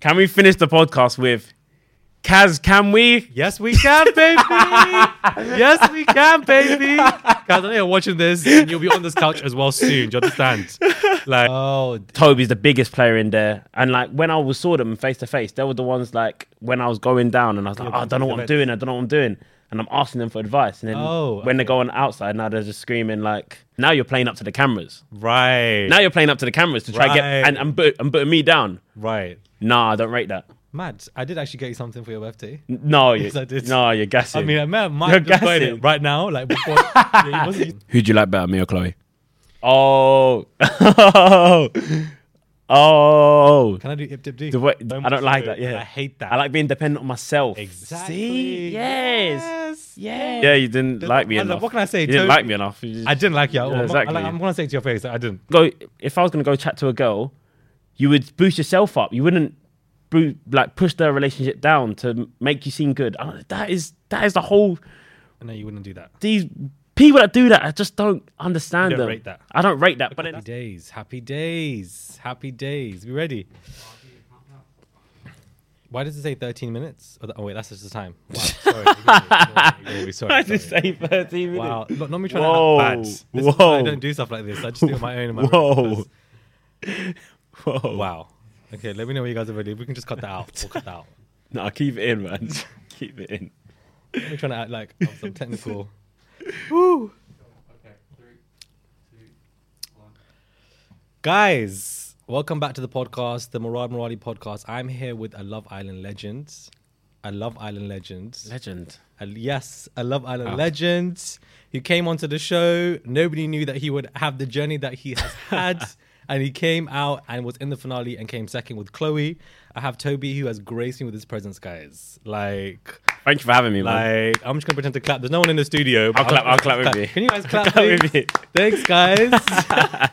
can we finish the podcast with? Kaz, can we? Yes, we can, baby. yes, we can, baby. Guys, I know you're watching this, and you'll be on this couch as well soon. Do you understand? Like, oh, Toby's the biggest player in there, and like when I was saw them face to face, they were the ones like when I was going down, and I was like, Yeah, oh, I don't know what I'm but- doing, I don't know what I'm doing, and I'm asking them for advice, and then Oh, when they're going outside, now they're just screaming like, now you're playing up to the cameras, right, now you're playing up to the cameras to try and get Right. and and, put, and putting me down. right. Nah, I don't rate that. Matt, I did actually get you something for your birthday. No, you, Yes, I did. no, you're gassing. I mean, I might- might You're have just got gassing. it right now. Like before, yeah, it wasn't- Who'd you like better, me or Chloe? oh, oh, oh. can I do ip dip dee? The way- Don't I don't like do that. it. Yeah, I hate that. I like being dependent on myself. Exactly. See? Yes. Yes. Yeah, you didn't Then like me I don't- enough. what can I say, You didn't Toby? like me enough. You just- I didn't like you. at all. Yeah, I'm, exactly. I, am gonna say it to your face that I didn't. go if I was gonna go chat to a girl, you would boost yourself up. You wouldn't bru- like push their relationship down to m- make you seem good. Oh, that is that is the whole No, you wouldn't do that. these people that do that. I just don't understand You don't them. rate that. I don't rate that. But Happy it, days, happy days, happy days. We ready? Why does it say 13 minutes? Oh, th- oh wait, that's just the time. Wow, sorry. sorry, I sorry, just sorry. say thirteen minutes. Wow, not, not me trying Whoa, to act bad. This is why I whoa. don't do stuff like this. I just do it on my own. In my room. Whoa. Whoa. Wow. Okay, let me know when you guys are ready. We can just cut that out. We'll cut that out. Nah, keep it in, man. keep it in. I'm trying to act like I'm some technical. Woo. Guys, welcome back to the podcast, the Murad Muradi podcast. I'm here with a Love Island legend. A Love Island legend. Ah. Legend. A- yes, a Love Island legend who came onto the show. Nobody knew that he would have the journey that he has had. and he came out and was in the finale and came second with Chloe. I have Toby who has graced me with his presence, guys. Like, Thank you for having me, man. like, I'm just gonna pretend to clap. There's no one in the studio. but I'll clap- I'll clap with you. Can you guys clap, clap with please? you. Thanks, guys.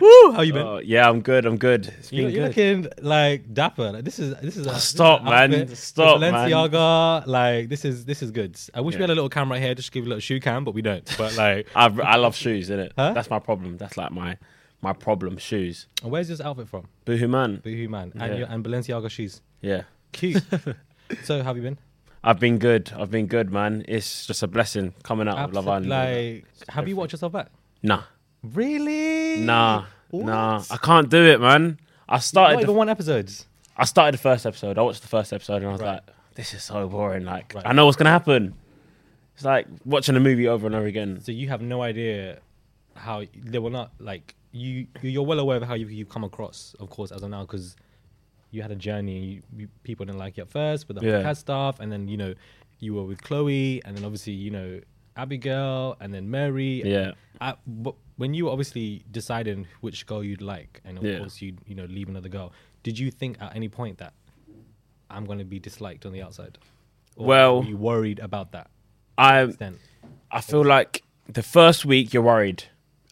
Woo! How you been? Oh, yeah, I'm good. I'm good. It's you, been you're good. Oh, looking like dapper. Like, this is this is a, this is Stop, an man. outfit. The Stop, man. Balenciaga. Like this is this is good. I wish we Yeah. had a little camera here just to give you a little shoe cam, but we don't. But like, I, I love shoes, innit? Huh? That's my problem. That's like my my problem. Shoes. and where's this outfit from? Boohoo man. Boohoo man and Yeah. your, and Balenciaga shoes. Yeah. Cute. so how have you been? I've been good. I've been good, man. It's just a blessing coming out of Love Absolute- Island. Like, have you watched yourself back? nah, Really? nah, What? nah. I can't do it, man. I Not started. even The, one episode. I started the first episode. I watched the first episode, and I was Right. like, "This is so boring." Like, Right. I know what's gonna happen. It's like watching a movie over and over again. So you have no idea how they were not like you. You're well aware of how you you come across, of course, as of now, because you had a journey. and You, you, people didn't like you at first with the Yeah. podcast stuff, and then you know you were with Chloe, and then obviously you know Abigail, and then Mary. and Yeah. I, but when you were obviously deciding which girl you'd like, and of Yeah. course you you know leave another girl, did you think at any point that I'm going to be disliked on the outside? Or Well- were you worried about that I then? I feel like the first week you're worried.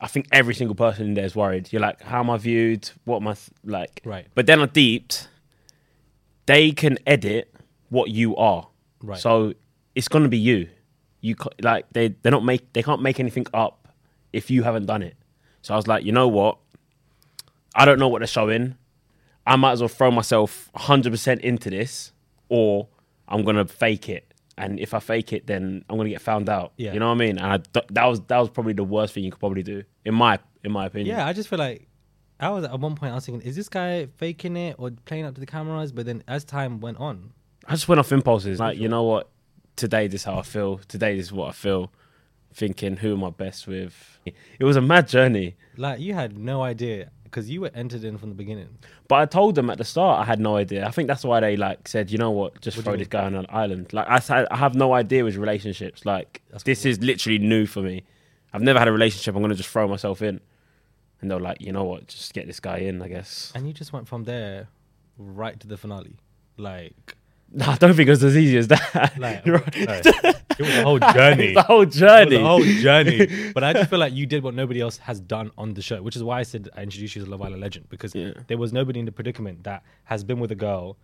I think every single person in there is worried. You're like, how am I viewed? What am I th- like? Right. But then on Deeped, they can edit what you are. Right. So it's gonna be you. You ca- like they they are not make they can't make anything up if you haven't done it. So I was like, you know what? I don't know what they're showing. I might as well throw myself 100% into this, or I'm gonna fake it and if I fake it, then I'm gonna get found out. Yeah. You know what I mean? And I d that was that was probably the worst thing you could probably do in my in my opinion. Yeah, I just feel like I was at one point I was thinking, is this guy faking it or playing up to the cameras? But then as time went on, I just went off impulses. Like, you know what? Today this is how I feel. Today this is what I feel. Thinking, who am I best with? It was a mad journey. like you had no idea because you were entered in from the beginning. But I told them at the start I had no idea. I think that's why they like said, you know what, just throw this guy on an island. Like I said, I have no idea with relationships. Like this is literally new for me. I've never had a relationship. I'm gonna just throw myself in. And they're like, you know what, just get this guy in. I guess. And you just went from there right to the finale. Like, No, I don't think it was as easy as that. like Right. it was a whole journey. the whole It was journey. a whole journey. But I just feel like you did what nobody else has done on the show, which is why I said I introduced you as a Love Island legend because there was nobody in the predicament that has been with a girl,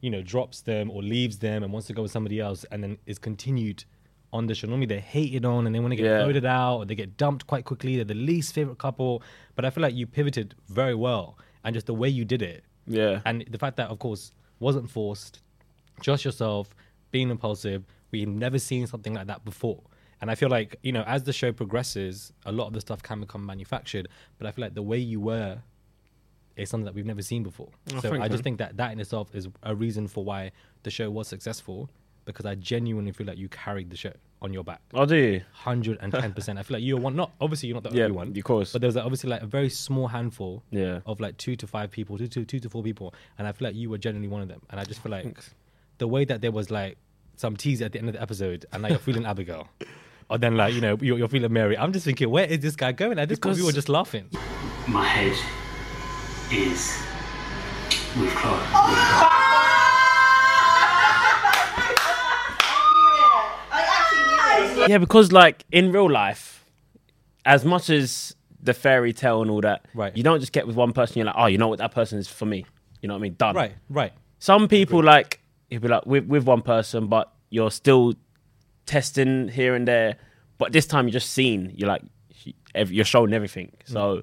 you know, drops them or leaves them and wants to go with somebody else and then is continued on the show. Normally they're hated on and they want to get Yeah. voted out or they get dumped quite quickly. They're the least favorite couple. But I feel like you pivoted very well and just the way you did it. Yeah. And the fact that, of course, wasn't forced, just yourself, being impulsive. We've never seen something like that before. And I feel like, you know, as the show progresses, a lot of the stuff can become manufactured. But I feel like the way you were is something that we've never seen before. so thanks, I just man. think that that in itself is a reason for why the show was successful because I genuinely feel like you carried the show on your back. Oh, do you? 110%. I feel like you're one, not obviously, you're not the Yeah, only one. of course. But there was like, obviously like a very small handful Yeah. of like two to five people, two to two to four people, and I feel like you were generally one of them. And I just feel like the way that there was like some tease at the end of the episode, and like you're feeling Abigail, or then like you know you're, you're feeling Mary. I'm just thinking, where is this guy going? At this point, we Because- were just laughing. My head is with Chloe. Yeah, because like in real life, as much as the fairy tale and all that, Right. you don't just get with one person. You're like, oh, you know what, that person is for me. You know what I mean? Done. Right, right. Some people like you'll be like with with one person, but you're still testing here and there. But this time you're just seen. You're like ev- you're shown everything. Mm. So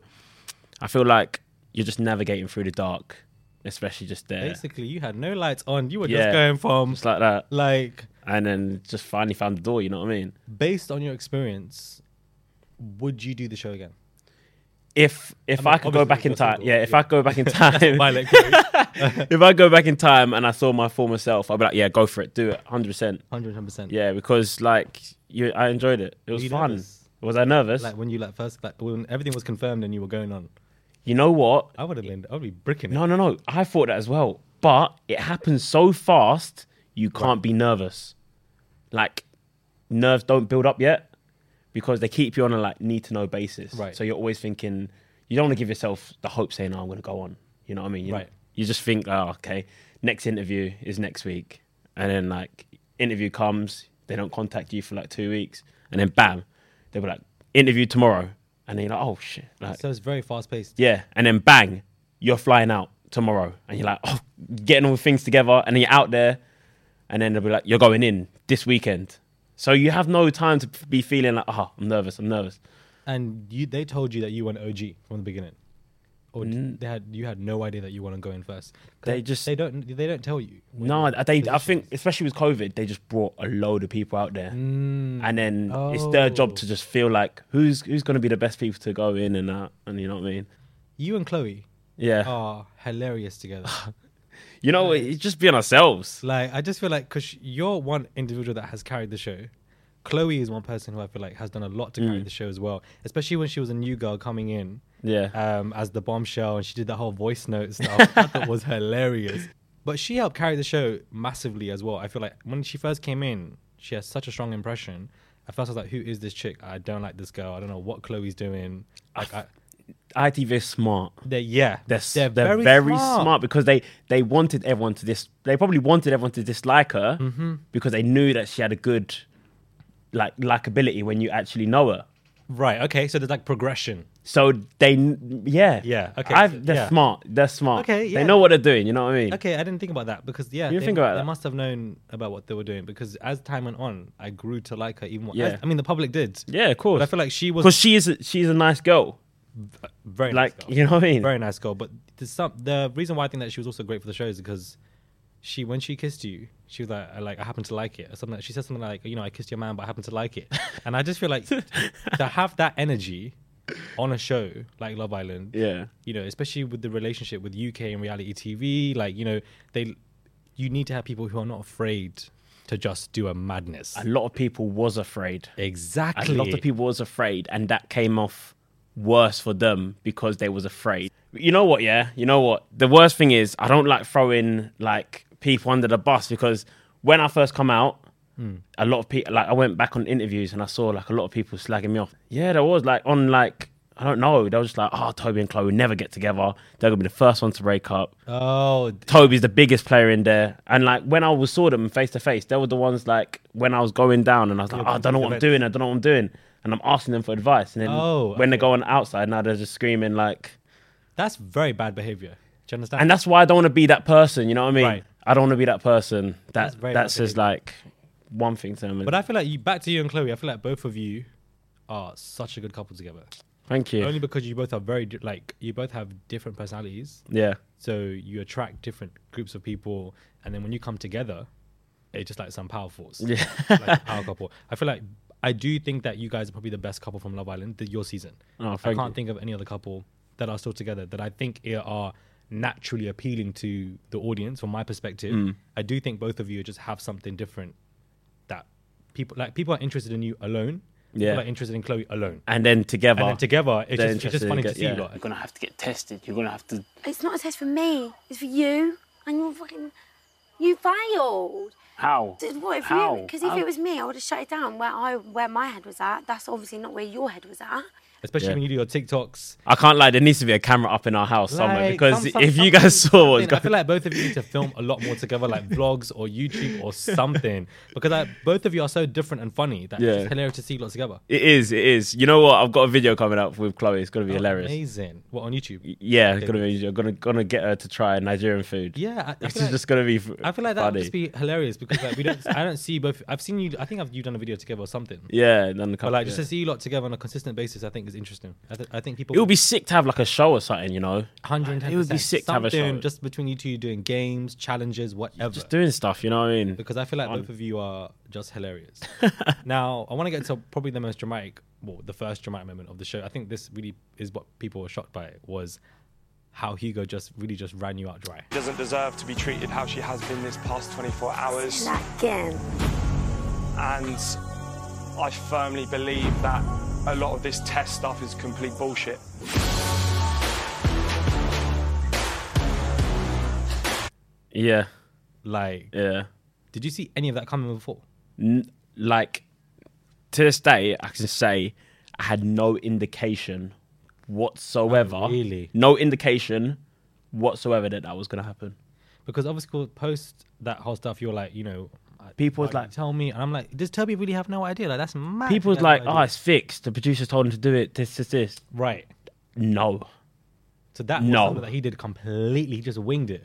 I feel like you're just navigating through the dark, especially just there, Basically, you had no lights on. You were Yeah. just going from just like that, like and then just finally found the door. You know what I mean? based on your experience, would you do the show again? If if I, mean, could go obviously, back in you're time, single. yeah. If I go back in time, Violet, if I go back in time and I saw my former self, I'd be like, yeah, go for it, do it, hundred percent. hundred ten percent. Yeah, because like you, I enjoyed it. It was you fun. nervous? Was I nervous? Like when you like first like when everything was confirmed and you were going on, you know what? I would have been I would be bricking it. No, no, no. I thought that as well, but it happens so fast. You can't be nervous. Like nerves don't build up yet because they keep you on a like need to know basis. Right. So you're always thinking. You don't want to give yourself the hope saying, "Oh, I'm going to go on." You know what I mean? You, Right. You just think, "Oh, okay, next interview is next week," and then like interview comes, they don't contact you for like two weeks, and then bam, they were like interview tomorrow, and then you're like, "Oh shit!" Like, So it's very fast paced. yeah, and then bang, you're flying out tomorrow, and you're like, oh, getting all the things together, and then you're out there, and then they'll be like, you're going in this weekend, so you have no time to be feeling like, oh, I'm nervous, I'm nervous. And you, they told you that you were an OG from the beginning, or d- they had you had no idea that you want to go in first. 'Cause Mm. They just- they don't they don't tell you. No, they, I think especially with COVID, they just brought a load of people out there, and then it's their job to just feel like who's who's going to be the best people to go in and out, and you know what I mean? You and Chloe Yeah, are hilarious together. you know, it's just being ourselves. like I just feel like because you're one individual that has carried the show. Chloe is one person who I feel like has done a lot to Mm. carry the show as well, especially when she was a new girl coming in. Yeah. Um, as the bombshell, and she did that whole voice note stuff. I thought was hilarious. But she helped carry the show massively as well. I feel like when she first came in, she has such a strong impression. At first, I was like, "Who is this chick? I don't like this girl. I don't know what Chloe's doing." Like, I, ITV is smart. they're yeah, They're, s- they're, very, smart. because they they wanted everyone to dis they probably wanted everyone to dislike her Mm-hmm. because they knew that she had a good like likability when you actually know her. Right. Okay. So there's like progression. So they kn- yeah Yeah, okay, so- I've, they're yeah. smart. They're smart. Okay, yeah. They know what they're doing. You know what I mean? Okay, I didn't think about that because yeah, You didn't they, think about they that? must have known about what they were doing because as time went on, I grew to like her even more. Yeah. As- I mean, the public did. Yeah, of course. But I feel like she was because she is a, she's a nice girl. very nice Like girl. you know what I mean? very nice girl. But the, some, the reason why I think that she was also great for the show is because she when she kissed you, she was like, I like I happen to like it or something. She said something like, you know, I kissed your man, but I happen to like it. And I just feel like to have that energy on a show like Love Island, Yeah. you know, especially with the relationship with UK and reality TV, like you know, they you need to have people who are not afraid to just do a madness. A lot of people was afraid. A exactly. lot of people was afraid, and that came off worse for them because they was afraid. You know what? Yeah, you know what? The worst thing is I don't like throwing like people under the bus because when I first come out, a lot of people like I went back on interviews and I saw like a lot of people slagging me off. Yeah, there was like on like. I don't know. They were just like, oh, Toby and Chloe never get together. They're going to be the first one to break up. Oh, Toby's the biggest player in there. And like when I was saw them face to face, they were the ones like when I was going down and I was like, oh, I don't know what I'm doing, I don't know what I'm doing. And I'm asking them for advice. And then Oh, when they're going outside now they're just screaming like that's very bad behavior. Do you understand? and that's why I don't want to be that person, you know what I mean? Right. I don't want to be that person that That's very that says motivating. like one thing to them. But I feel like you back to you and Chloe. I feel like both of you are such a good couple together. Thank you. Only because you both are very di- like you both have different personalities, yeah. so you attract different groups of people, and then when you come together, it's just like some power force, yeah, like a power couple. I feel like I do think that you guys are probably the best couple from Love Island th- your season. Oh, I thank can't you. think of any other couple that are still together that I think i- are naturally appealing to the audience from my perspective. Mm. I do think both of you just have something different that people like people are interested in you alone. Yeah. People are interested in Chloe alone. And then together And then together, it's they're just, it's just interested funny in to get- see. yeah. You're Like, gonna have to get tested. You're gonna have to. It's not a test for me. It's for you. And you're fucking. You failed. How? Did- What if How? you? Because if it was me, I would have shut it down where I where my head was at. That's obviously not where your head was at. especially Yeah. when you do your TikToks. I can't lie, there needs to be a camera up in our house somewhere Like, because some- some- if you something- guys saw something. what's I going feel like both of you need to film a lot more together, like vlogs or YouTube or something, because like, both of you are so different and funny that Yeah. it's just hilarious to see you lot together. It is, it is. You know what? I've got a video coming up with Chloe. It's Oh, gonna be hilarious. Amazing. What on YouTube? Yeah, gonna be, I'm gonna gonna get her to try Nigerian food. Yeah, I, I which feel is like- just gonna be. f- I feel like that funny. would just be hilarious because like we don't. I don't see both. I've seen you. I think I've you done a video together or something. Yeah, and then the But couple, like just yeah. to see you lot together on a consistent basis, I think is interesting. I, th- I think people it would be sick to have like a show or something, you know, 110. It would be sick to have a show. just between you two doing games, challenges, whatever. just doing stuff. You know what I mean? because I feel like both of you are just hilarious. now, I want to get to probably the most dramatic, well, the first dramatic moment of the show. I think this really is what people were shocked by was how Hugo just really just ran you out dry. doesn't deserve to be treated how she has been this past 24 hours. That again. And I firmly believe that a lot of this test stuff is complete bullshit. Yeah, Like, yeah. did you see any of that coming before? Like to this day, I can say I had no indication whatsoever. really? No indication whatsoever that that was gonna happen. Because obviously, post that whole stuff, you're like, you know, People was why like, didn't you tell me, and I'm like, does Toby really have no idea? Like, that's mad. people was He has like, no oh, idea. it's fixed. The producers told him to do it. This, this, this. right. No. So that was No. Mm. something that he did completely. He just winged it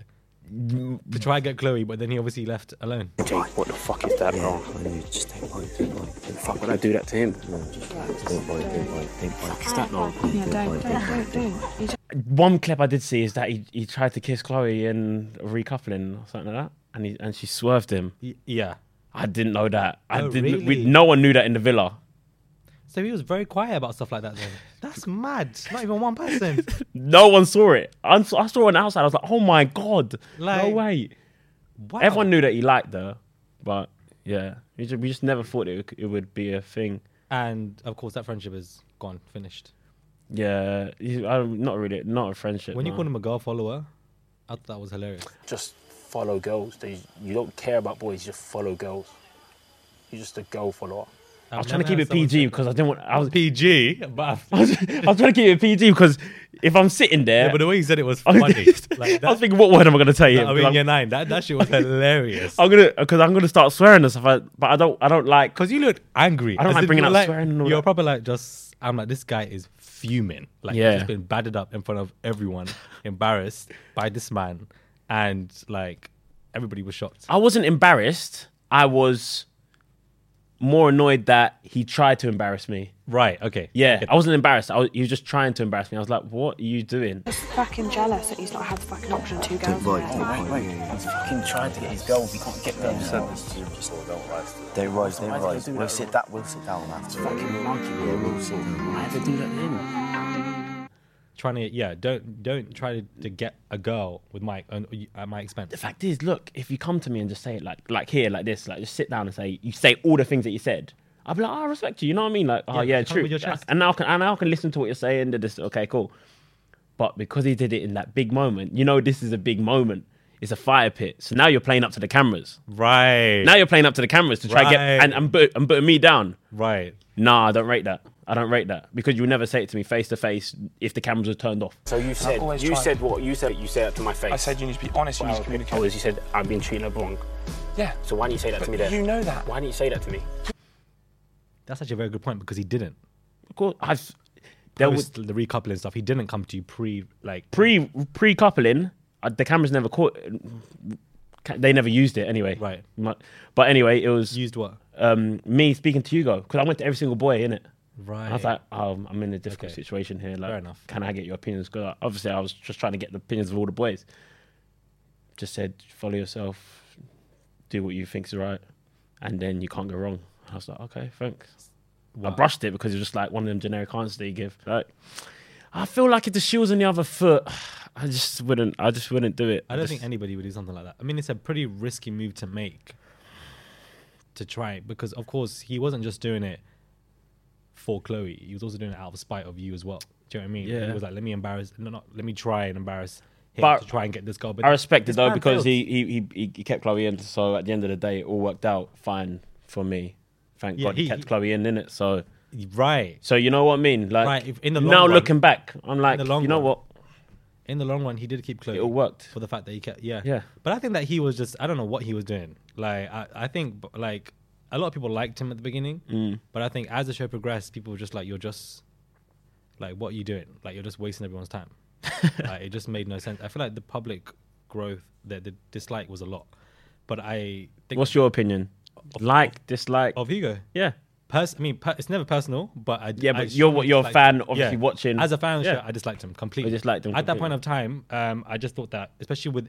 to try and get Chloe, but then he obviously left alone. Jake, what the fuck is that wrong? Fuck, would I do that to him? Fuck, is that wrong? one clip I did see is that he, he tried to kiss Chloe in a recoupling or something like that, and he, and she swerved him. Y- yeah. I didn't know that. I Oh, didn't. really? We, no one knew that in the villa. So he was very quiet about stuff like that. Then that's mad. Not even one person. No one saw it. I saw, I saw it outside. I was like, oh my god, Like- no way. Wow. Everyone knew that he liked her, but yeah, we just, we just never thought it, would- it would be a thing. And of course, that friendship is gone, finished. Yeah, he- I, don't- not really, not a friendship. When you no. called him a girl follower, I thought that was hilarious. Just follow girls. They, you don't care about boys. You just follow girls. You're just a girl follower. I was trying to keep it PG because I didn't want. I was, PG, but I was trying to keep it PG because if I'm sitting there, but the way you said it was I was- funny. like I was that. thinking, what word am I going to tell you? I mean, year nine. That that shit was hilarious. I'm gonna because I'm gonna start swearing and stuff. I, but I don't. I don't like. Because you looked angry. I don't As like if bringing you were up like, swearing and all You're that. probably like just. I'm like this guy is fuming. Like Yeah. he's just been battered up in front of everyone, embarrassed by this man, and like everybody was shocked. I wasn't embarrassed. I was. more annoyed that he tried to embarrass me. Right. Okay. Yeah, Get I wasn't embarrassed. I was, he was just trying to embarrass me. I was like, "What are you doing?" fucking jealous that he's not had the fucking option to go. Wait, wait, he's fucking trying to get his goals. He can't get there. They rise, they Why do they rise. do We'll that? sit that. We'll sit down after. Fucking monkey. Yeah, we'll see. Why did they do that then? Trying to yeah, don't don't try to, to get a girl with my own- at my expense. The fact is, look, if you come to me and just say it like, like here, like this, like just sit down and say, you say all the things that you said. I'd be like, oh, I respect you. You know what I mean? Like, Yeah, oh yeah, come true. with your chest. And now I can, and now I can listen to what you're saying. This, okay, cool. But because he did it in that big moment, you know, this is a big moment. It's a fire pit. So now you're playing up to the cameras. Right. Now you're playing up to the cameras to try to get Right. and and, put, and putting me down. right. Nah, I don't rate that. I don't rate that because you'll never say it to me face to face if the cameras were turned off. So you said, always you tried- said what? You said, you said that to my face. I said you need to be honest. You need to communicate. Oh, is you said I've been treating her wrong. yeah. So why didn't you say that But to me then? you know that. Why didn't you say that to me? That's actually a very good point because he didn't. Of course, I've There there was the recoupling stuff. He didn't come to you pre like pre pre coupling. Uh, the cameras never caught. ca- They never used it anyway. Right. My- But anyway, it was used what? um, me speaking to Hugo because I went to every single boy in it. Right. I was like, um, I'm in a difficult Okay. situation here. Like, Fair enough. Can I get your opinions? Because obviously, I was just trying to get the opinions of all the boys. Just said, follow yourself, do what you think's right, and then you can't go wrong. I was like, okay, thanks. I brushed it because it was just like one of them generic answers that you give. Like, I feel like if the shoe was on the other foot, I just wouldn't. I just wouldn't do it. I don't just- think anybody would do something like that. I mean, it's a pretty risky move to make to try because, of course, he wasn't just doing it for Chloe. He was also doing it out of spite of you as well. Do you know what I mean? Yeah. He was like, let me embarrass, no, not let me try and embarrass him But to try and get this girl. But I respect it this though man because failed. he, he he he kept Chloe in. So at the end of the day, it all worked out fine for me. Thank Yeah, God he, he- kept he- Chloe in, innit? So right so you know what I mean. Like Right, if- in the long now run- looking back, I'm like, the long you know run. what? in the long run, he did keep Chloe. It all worked. for the fact that he kept yeah Yeah. But I think that he was just I don't know what he was doing. Like I, I think b- like a lot of people liked him at the beginning, Mm. but I think as the show progressed, people were just like you're just like what are you doing? Like you're just wasting everyone's time. like, it just made no sense. I feel like the public growth that the dislike was a lot, but I think What's your opinion? Like, dislike? of Hugo. yeah. Pers- I mean, per- it's never personal, but I Yeah, I but you're- strongly you're a disliked fan, him. obviously, watching- as a fan of the Yeah. show. I disliked him completely. I disliked him at that completely. point of time. Um, I just thought that, especially with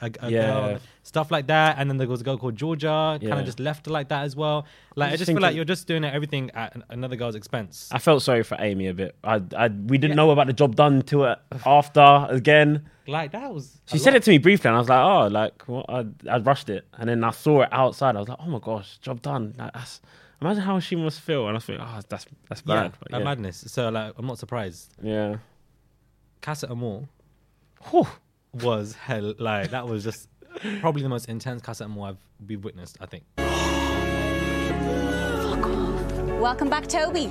A, a Yeah. girl, stuff like that. And then there was a girl called Georgia, kind Yeah. of just left her like that as well. Like, I just just feel think like it- you're just doing everything at an- another girl's expense. I felt sorry for Amy a bit. I, I we didn't know about the job done to her after again. Like, that was. She said it to me briefly, and I was like, "Oh, like what?" I, I rushed it, and then I saw it outside. I was like, "Oh my gosh, job done!" Like, that's, imagine how she must feel. And I was like, "Oh, that's that's Yeah, bad." But that madness. So, like, I'm not surprised. yeah. Casa Amor Whew. was hell. Like, that was just probably the most intense Casa Amor I've we've witnessed, I think. Welcome back, Toby.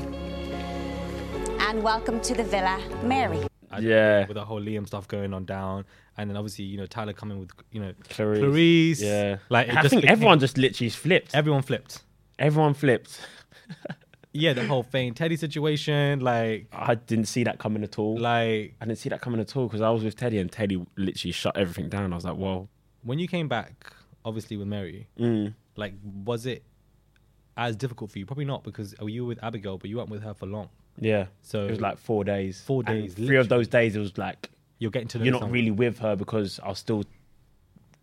and welcome to the Villa, Mary. I- Yeah. with the whole Liam stuff going on down, and then obviously you know Tyler coming with you know Clarice. Clarice. Yeah. like it I just think became- everyone just literally flipped. Everyone flipped. Everyone flipped. yeah, the whole Fane Teddy situation. Like I didn't see that coming at all. Like I didn't see that coming at all because I was with Teddy and Teddy literally shut everything down. I was like, whoa. when you came back, obviously with Mary, Mm. like was it as difficult for you? Probably not because oh, you were with Abigail, but you weren't with her for long. Yeah. So it was like four days. Four And days, three of those days, it was like you're getting to know You're not someone. really with her because I was still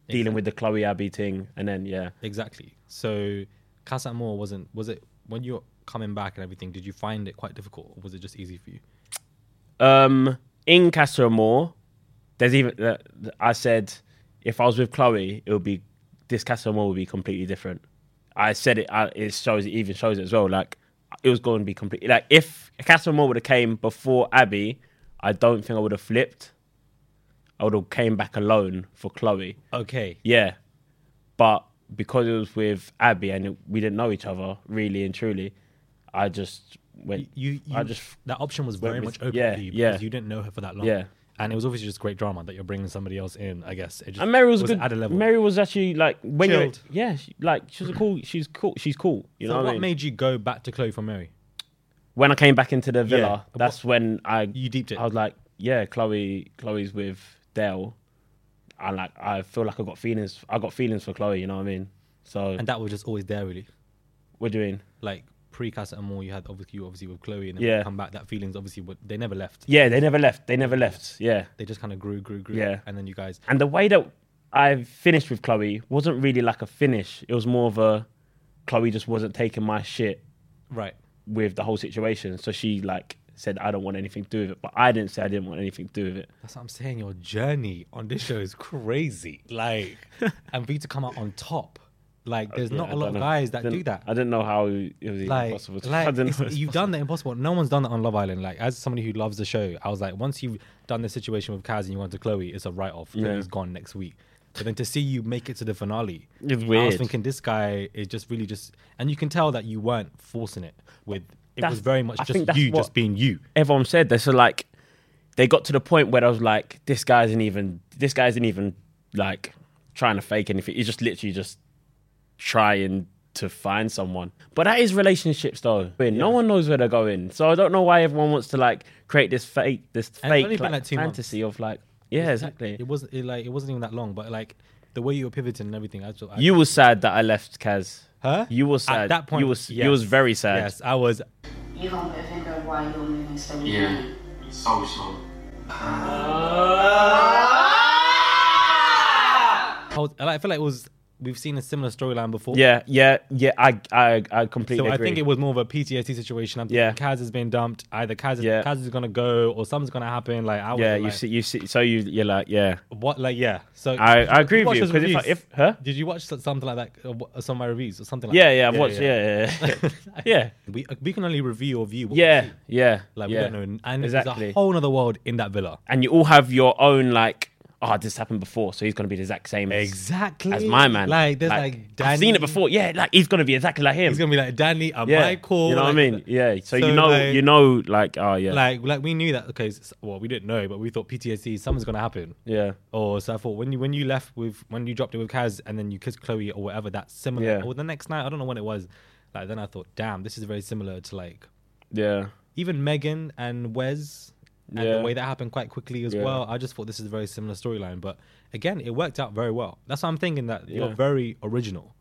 dealing with the Chloe Abbey thing, and then yeah, exactly. So Casa Amor wasn't. Was it when you were coming back and everything? Did you find it quite difficult, or was it just easy for you? Um, in Castro Moore, there's even uh, I said if I was with Chloe, it would be this Castro Moore would be completely different. I said it. I, it shows. It even shows it as well. Like it was going to be completely like if Castro Moore would have came before Abby, I don't think I would have flipped. I would have came back alone for Chloe. Okay. Yeah, but because it was with Abby and it, we didn't know each other really and truly, I just went. You, you I just that option was went very with- much open yeah, to you yeah. because you didn't know her for that long. Yeah. And it was obviously just great drama that you're bringing somebody else in. I guess it just and Mary was, good. at a level. Mary was actually like when you Chilled. yeah, she, like she was a cool. She's cool. She's cool. You so know what, what I mean? made you go back to Chloe from Mary? when I came back into the Yeah. villa, that's when I you deeped it. I was like, yeah, Chloe, Chloe's with Dale. I like. I feel like I got feelings. I got feelings for Chloe. You know what I mean? So And that was just always there, really. we're doing. Like pre Casa Amor, you had obviously you obviously with Chloe, and then Yeah. yeah. come back. That feelings obviously, were, they never left. Yeah, they never left. They never left. Yeah. They just kind of grew, grew, grew. Yeah. And then you guys. And the way that I finished with Chloe wasn't really like a finish. It was more of a Chloe just wasn't taking my shit Right. with the whole situation. So she like said I don't want anything to do with it. But I didn't say I didn't want anything to do with it. That's what I'm saying. Your journey on this show is crazy. Like, and for you to come out on top, like, there's Yeah, not I a lot don't of know. guys that Didn't- do that. I didn't know how it was even Like, possible. To, I like didn't it's- know it's you've done the impossible. No one's done that on Love Island. Like, as somebody who loves the show, I was like, once you've done this situation with Kaz and you went to Chloe, it's a write off. Yeah. Chloe's gone next week. But then to see you make it to the finale, It's I was weird. thinking this guy is just really just, and you can tell that you weren't forcing it. With it That's- was very much I think just that's you what just being you. everyone said this. So like, they got to the point where I was like, this guy isn't even. This guy isn't even like trying to fake anything. He's just literally just trying to find someone. But that is relationships though. I mean, No one knows where they're going. So I don't know why everyone wants to like create this fake, this And it's fake only been, like, like, two months. fantasy of like, yeah, exactly. It wasn't it, like it wasn't even that long, but like the way you were pivoting and everything, I just I, You were sad that I left Kaz. Huh? You were sad. at that point you was yes. you was very sad. Yes, I was. You gonna be offended why you're moving so Yeah, Oh, so so. Ah. I, was, I feel like it was. We've seen a similar storyline before. Yeah, yeah, yeah. I, I, I completely So I agree. think it was more of a PTSD situation. I'm thinking Yeah. Kaz has been dumped. Either Kaz, Yeah. Kaz is gonna go or something's gonna happen. Like I was yeah, like, you see, you see. So you, you're like, yeah. what? Like yeah. So I- I agree watched with those you, 'cause if I- reviews. if- huh? did you watch something like that? uh, wh- Some of my reviews or something. like Yeah, that? yeah. I've watched. Yeah, yeah, yeah. yeah. We uh, we can only review or view. What yeah, yeah. Like, we yeah. don't know. And there's a exactly. whole other world in that villa. and you all have your own like. Oh, this happened before, so he's gonna be the exact same as, Exactly. as my man. Like, there's, like, I've seen it before. Yeah, like he's gonna be exactly like him. He's gonna be like Danny, a yeah. Michael. You know like- what I mean? Yeah. So, So, you know, like- you know, like, oh yeah, Like, like we knew that. Okay, s- well, we didn't know, but we thought PTSD, something's gonna happen. yeah. Or so I thought when you when you left with when you dropped it with Kaz and then you kissed Chloe or whatever that's similar. Yeah. Or the next night, I don't know when it was. Like then I thought, damn, this is very similar to like Yeah. even Megan and Wes and Yeah. the way that happened quite quickly as Yeah. well. I just thought this is a very similar storyline, but again, it worked out very well. That's why I'm thinking that you're Yeah. Mm. very original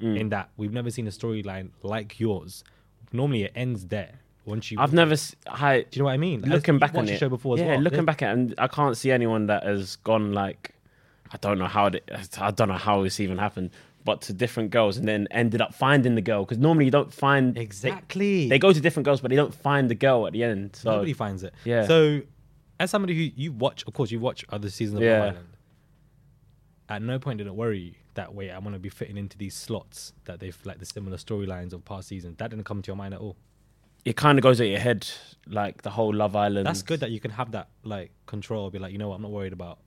in that we've never seen a storyline like yours. Normally, it ends there. Once you, I've never. s- I, Do you know what I mean? Like, looking I've back on watched it, the show before as yeah, well. looking There's- back at, it, and I can't see anyone that has gone like, I don't know how it, I don't know how this even happened, but to different girls and then ended up finding the girl because normally you don't find they- Exactly. They, go to different girls, but they don't find the girl at the end. So nobody finds it. Yeah. So, as somebody who you watch, of course, you watch other seasons of Love Yeah. Island. At no point did it worry you that way. I'm gonna be fitting into these slots that they've like the similar storylines of past seasons. That didn't come to your mind at all. it kind of goes at your head, like the whole Love Island. That's good that you can have that like control. Be like, you know what? I'm not worried about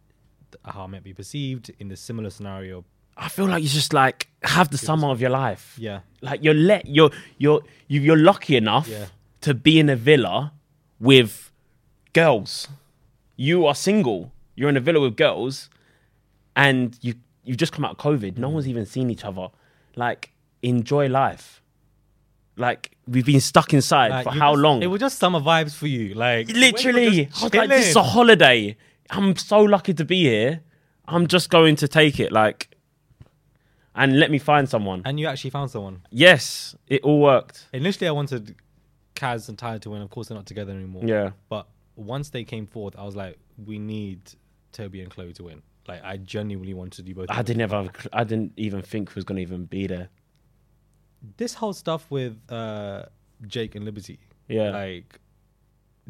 th- how I might be perceived in this similar scenario. I feel like you just like have the summer of your life. Yeah. Like you're let you're you're you- you're lucky enough Yeah. to be in a villa with girls. You are single. You're in a villa with girls, and you you've just come out of COVID. Mm. No one's even seen each other. Like, enjoy life. Like we've been stuck inside Like, for you how just- long? It was just summer vibes for you, like Literally, I was like, this is a holiday. holiday. I'm so lucky to be here. I'm just going to take it, like, and let me find someone. And you actually found someone. Yes, it all worked. Initially, I wanted Kaz and Tyler to win. Of course, they're not together anymore. Yeah. But once they came forth, I was like, we need Toby and Chloe to win. Like, I genuinely wanted you both. to I win. didn't ever. I didn't even think was going to even be there. This whole stuff with uh, Jake and Liberty. Yeah. Like,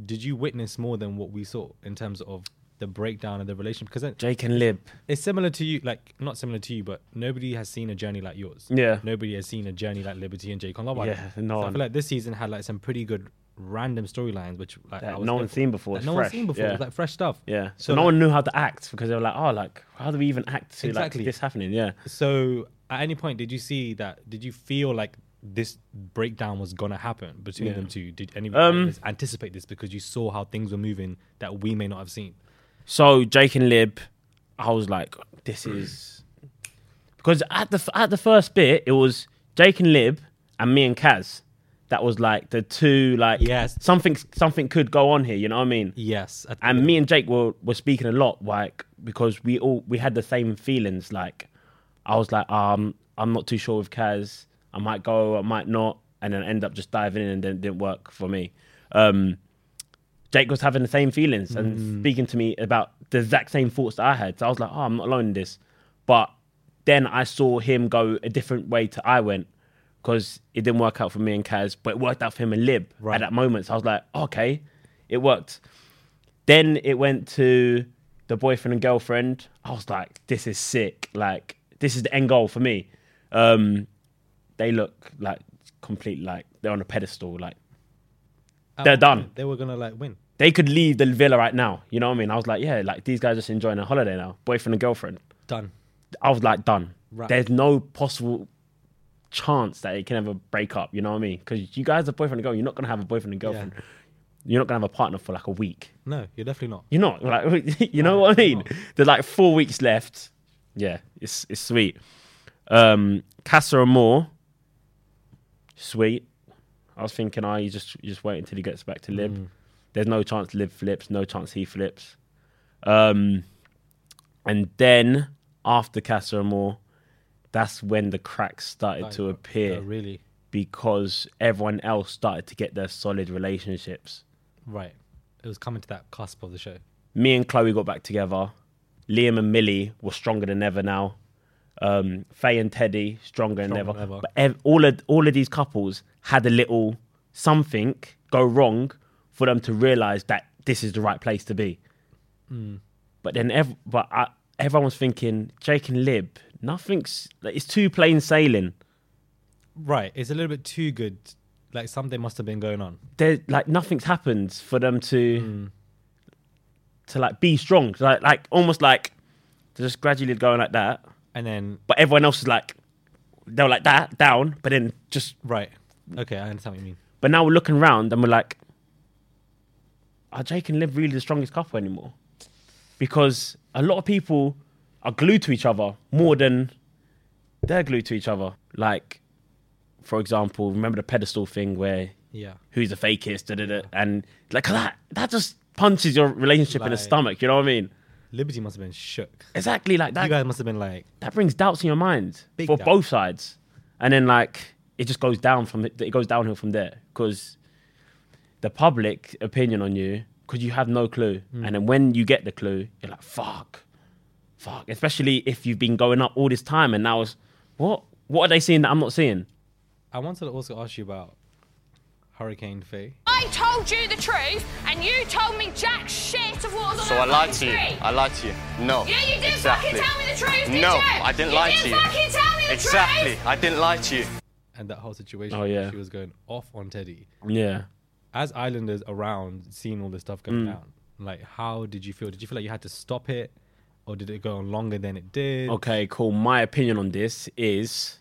did you witness more than what we saw in terms of the breakdown of the relationship? Because then- Jake and Lib. It's similar to you, like not similar to you, but nobody has seen a journey like yours. Yeah. Nobody has seen a journey like Liberty and Jake on Love Island. Yeah, no So I one. feel like this season had like some pretty good random storylines, which like That I was no here one's for. seen before. That It's no fresh. one's seen before. Yeah. It was like fresh stuff. Yeah. So, no one knew how to act because they were like, oh, like, how do we even act to Exactly. like this happening? Yeah. So at any point, did you see that? Did you feel like this breakdown was gonna happen between Yeah. them two? Did anyone Um, anticipate this because you saw how things were moving that we may not have seen? So Jake and Lib, I was like, this is because at the at the first bit it was Jake and Lib and me and Kaz. That was like the two like Yes. something something could go on here. You know what I mean? Yes. And me and Jake were were speaking a lot like because we all we had the same feelings. Like I was like, um, I'm not too sure with Kaz. I might go, I might not, and then end up just diving in and then it didn't work for me. Um, Jake was having the same feelings and Mm. speaking to me about the exact same thoughts that I had. So I was like, oh, I'm not alone in this. But then I saw him go a different way to I went because it didn't work out for me and Kaz, but it worked out for him and Lib at that moment. So I was like, okay, it worked. Then it went to the boyfriend and girlfriend. I was like, this is sick. Like, this is the end goal for me. Um, they look like complete, like they're on a pedestal. Like, At they're one done point, They were gonna like win. they could leave the villa right now. You know what I mean? I was like, yeah, like these guys just enjoying a holiday now, boyfriend and girlfriend. Done. I was like, done. Right. There's no possible chance that it can ever break up. You know what I mean? Because you guys are boyfriend and girlfriend. You're not gonna have a boyfriend and Yeah. girlfriend. You're not gonna have a partner for like a week. No, you're definitely not. You're not like you know what I mean? There's like four weeks left. Yeah, it's it's sweet. Um Casa and Moore. Sweet. I was thinking, ah, you just you just wait until he gets back to Lib. Mm. There's no chance Lib flips, no chance he flips. Um and then after Casa and Moore, that's when the cracks started to Like, appear. uh, really. Because everyone else started to get their solid relationships Right. It was coming to that cusp of the show. me and Chloe got back together. Liam and Millie were stronger than ever now. Um, Faye and Teddy stronger, than, Stronger ever. than ever. But ev- all of all of these couples had a little something go wrong for them to realize that this is the right place to be. Mm. But then, ev- but I, everyone's thinking Jake and Lib. Nothing's like, it's too plain sailing. Right. It's a little bit too good. Like something must have been going on. There, like nothing's happened for them to Hmm. to like be strong. Like, like almost like they're just gradually going like that. And then but everyone else is like they were like that down, but then just right. Okay, I understand what you mean. But now we're looking around and we're like, are Jake and Liv really the strongest couple anymore? Because a lot of people are glued to each other more than they're glued to each other. Like, for example, remember the pedestal thing where Yeah. who's the fakest, da, da, da, and like that that just punches your relationship in the Like- stomach. You know what I mean? Liberty must have been shook. Exactly like that. You guys must have been like that brings doubts in your mind Big for doubt. both sides, and then like it just goes down from it goes downhill from there because the public opinion on you because you have no clue, Mm. and then when you get the clue, you're like fuck, fuck. Especially if you've been going up all this time and now it's what what are they seeing that I'm not seeing? I wanted to also ask you about Hurricane Faye. I told you the truth, and you told me jack shit of what was on So our I lied fucking to you. screen. I lied to you. No. Yeah, you did exactly. fucking tell me the truth, did no, you? I didn't You lie did to you. fucking tell me the exactly. truth. I didn't lie to you. and that whole situation. Oh, where yeah. she was going off on Teddy. Yeah. as Islanders around, seeing all this stuff going Mm. down, like how did you feel? Did you feel like you had to stop it, or did it go on longer than it did? Okay, cool. My opinion on this is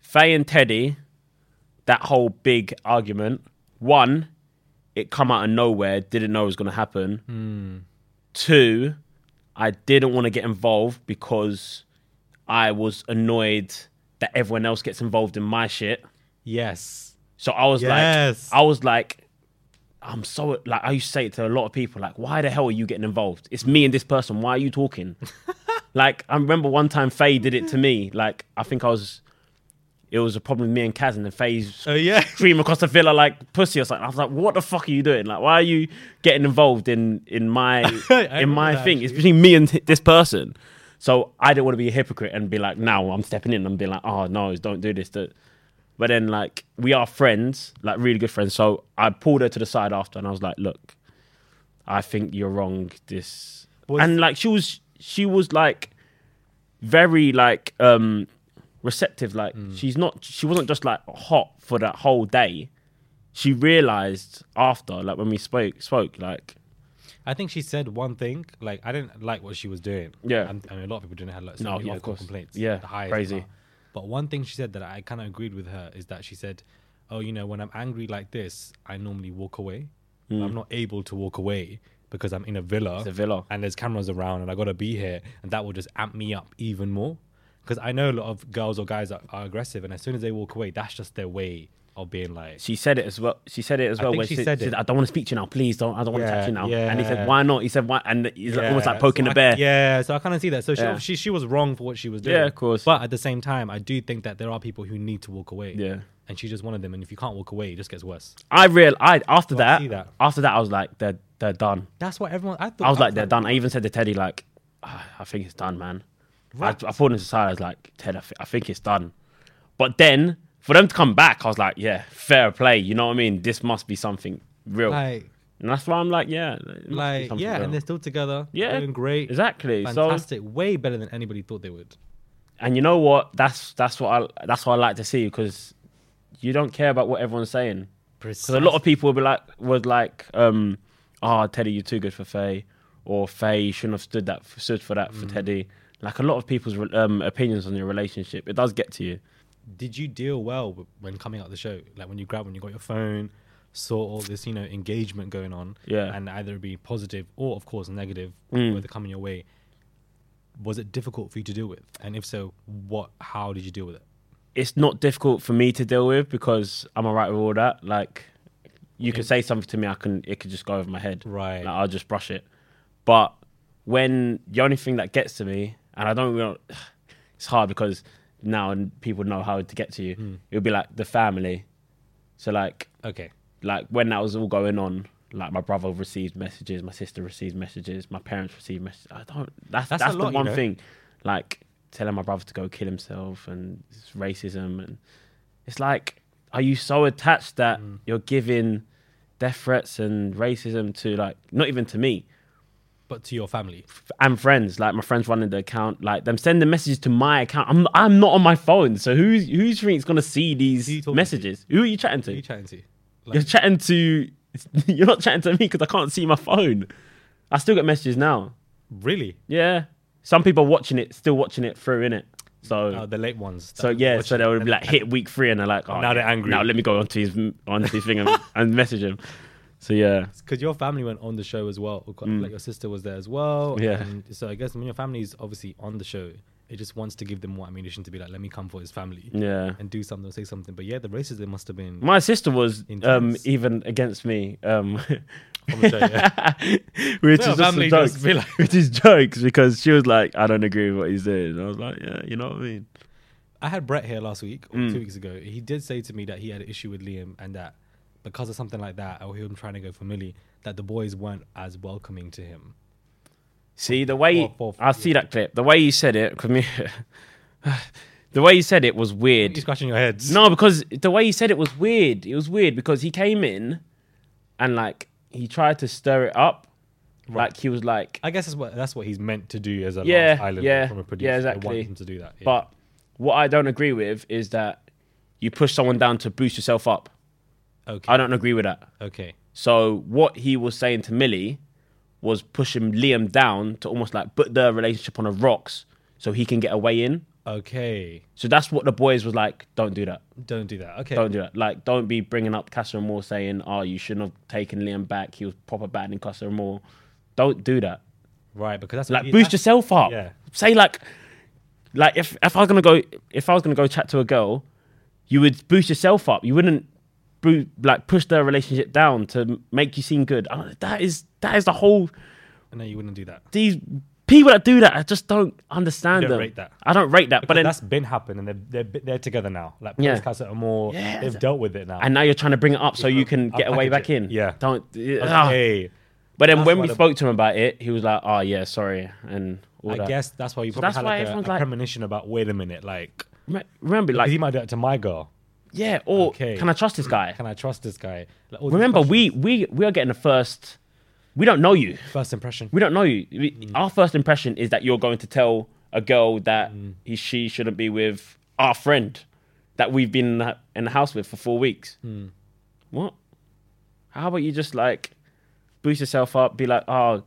Faye and Teddy, that whole big argument. One, it come out of nowhere, didn't know it was going to happen. Two, I didn't want to get involved because I was annoyed that everyone else gets involved in my shit. Yes. So I was Yes. like, I was like, I'm so like I used to say it to a lot of people, like, why the hell are you getting involved? It's me and this person. Why are you talking? like I remember one time Faye did it to me. Like I think I was, it was a problem with me and Kaz, and then Faye's oh yeah, scream across the villa like pussy or something. I was like, what the fuck are you doing? Like, why are you getting involved in in my in my that, thing? It's between me and this person. So I didn't want to be a hypocrite and be like, no, I'm stepping in and be like, oh no, don't do this. Don't. But then like we are friends, like really good friends. So I pulled her to the side after and I was like, look, I think you're wrong. This and like she was she was like very like um receptive. Like Mm. she's not she wasn't just like hot for that whole day. She realized after, like when we spoke spoke, like I think she said one thing. Like I didn't like what she was doing. Yeah. And, I mean, a lot of people didn't have like so No, many yeah, of local course. complaints. Yeah, the highest crazy. amount. But one thing she said that I kind of agreed with her is that she said, "Oh, you know, when I'm angry like this, I normally walk away. But Mm. I'm not able to walk away." Because I'm in a villa, It's a villa. and there's cameras around, and I gotta be here, and that will just amp me up even more. Because I know a lot of girls or guys are, are aggressive, and as soon as they walk away, that's just their way of being like. she said it as well. She said it as I well. think when she said it. I don't want to speak to you now. Please don't. I don't want to Yeah, touch you now. And he yeah. said, why not? He said, why? And he's like, almost Yeah, like poking so the I- bear. yeah, so I kind of see that. So she, Yeah. she she was wrong for what she was doing. Yeah, of course. But at the same time, I do think that there are people who need to walk away. Yeah. And she's just one of them. And if you can't walk away, it just gets worse. I real I after So I that, see that. after that I was like they're they're done. That's what everyone. I thought. I was like they're done. I even said to Teddy like "Ah, I think it's done, man. I, I pulled him aside. I was like Ted, I, thi- I think it's done. But then for them to come back, I was like yeah, fair play. You know what I mean? This must be something real. Like- and that's why I'm like yeah, it must be Like, something yeah, real. and they're still together. Yeah, Doing great. exactly. So- Fantastic. Way better than anybody thought they would. And you know what? That's that's what I that's what I like to see because you don't care about what everyone's saying. Because a lot of people would be like, would like, um, oh, Teddy, you're too good for Faye, or Faye you shouldn't have stood that stood for that for Mm. Teddy. Like a lot of people's um, opinions on your relationship, it does get to you. Did you deal well w- when coming out the show? Like when you grabbed, when you got your phone, saw all this, you know, engagement going on. Yeah. And either it be positive or, of course, negative, Mm. whether coming your way. Was it difficult for you to deal with? And if so, what? How did you deal with it? It's not difficult for me to deal with because I'm alright with all that. Like you could say something to me, I can it could just go over my head. Right. Like, I'll just brush it. But when the only thing that gets to me, and I don't really, it's hard because now and people know how to get to you. Mm. It would be like the family. So like Okay. like when that was all going on, like my brother received messages, my sister received messages, my parents received messages. I don't. That's That's that's, a the lot, you one know. thing. Like telling my brother to go kill himself and it's racism and it's like, are you so attached that Mm. you're giving death threats and racism to like not even to me But to your family. and friends? Like my friends running the account, like them sending messages to my account. I'm I'm not on my phone, so who's who's think's gonna see these messages? Who are you chatting to? Who you chatting to? you're chatting to you're not chatting to me because I can't see my phone. I still get messages now. Really? Yeah. Some people watching it, still watching it through in it. So Oh, the late ones. So that yeah, watch so it. they would be And- like hit week three, and they're like, oh, Now yeah, they're angry. Now let me go onto his onto his thing and, and message him. So yeah, because your family went on the show as well. Like Mm. your sister was there as well. Yeah. And so I guess when your family's obviously on the show, it just wants to give them more ammunition to be like, let me come for his family. Yeah. And do something, say something. But yeah, the racism must have been. my sister was um, Intense. even against me. Um, the show, yeah. Well, which is just family a just joke. be like- Which is jokes because she was like, I don't agree with what he's doing. And I was like, yeah, you know what I mean. I had Brett here last week or Mm. two weeks ago. He did say to me that he had an issue with Liam and that because of something like that, or him trying to go for Millie, that the boys weren't as welcoming to him. See the way I see that clip, the way you said it, 'cause me- the way you said it was weird. You're scratching your heads. No, because the way he said it was weird. It was weird because he came in and like he tried to stir it up. Like he was like, I guess that's what that's what he's meant to do as a yeah, Last Island yeah, from a producer. yeah, They want exactly. him to do that. yeah. But what I don't agree with is that you push someone down to boost yourself up. Okay. I don't agree with that. okay. So what he was saying to Millie was pushing Liam down to almost like put their relationship on the rocks so he can get away in. Okay. So that's what the boys was like. Don't do that. Don't do that. Okay. Don't do that. Like, don't be bringing up Casper Moore saying, "Oh, you shouldn't have taken Liam back. He was proper bad in Casper Moore." Don't do that. Right, because that's like boost yourself up. Yeah. Say like, like if if I was gonna go if I was gonna go chat to a girl, you would boost yourself up. You wouldn't boo, like push their relationship down to m- make you seem good. Uh, that is that is the whole. No, you wouldn't do that. These people that do that, I just don't understand You don't them. rate that. I don't rate that. but Because then that's been happening, and they're they're, they're together now. Like Yeah. Prince Casa are more. Yeah. they've dealt with it now. and now you're trying to bring it up so you can I'll get package away back it. in. Yeah. Don't. Okay. ah. But then That's when why we the- spoke to him about it, he was like, "Oh yeah, sorry," and all I that. guess that's why you So probably that's had why like a, everyone's a like- premonition about. Wait a minute, like Re- remember, because like, he might do it to my girl. yeah, or Okay. can I trust this guy? Can I trust this guy? Like, all these Remember, questions. we we we are getting a first. We don't know you. first impression. We don't know you. We- Mm. Our first impression is that you're going to tell a girl that Mm. he she shouldn't be with our friend that we've been in the, in the house with for four weeks. Mm. What? How about you just like boost yourself up? Be like, oh,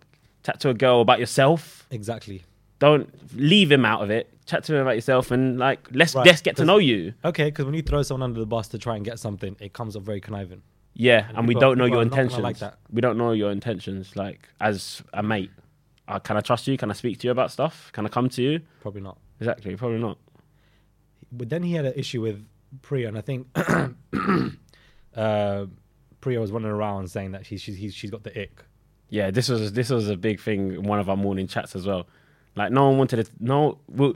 chat to a girl about yourself. Exactly. Don't leave him out of it. Chat to him about yourself and like let's Right, let's get to 'cause- know you. Okay, because when you throw someone under the bus to try and get something, it comes up very conniving. Yeah, and, we people- don't know people your are not gonna intentions. like that. We don't know your intentions. Like as a mate, uh, can I trust you? Can I speak to you about stuff? Can I come to you? Probably not. Exactly, probably not. But then he had an issue with Priya, and I think uh, Priya was running around saying that she, she, he, she's got the ick. Yeah, this was this was a big thing in one of our morning chats as well. Like no one wanted to no we,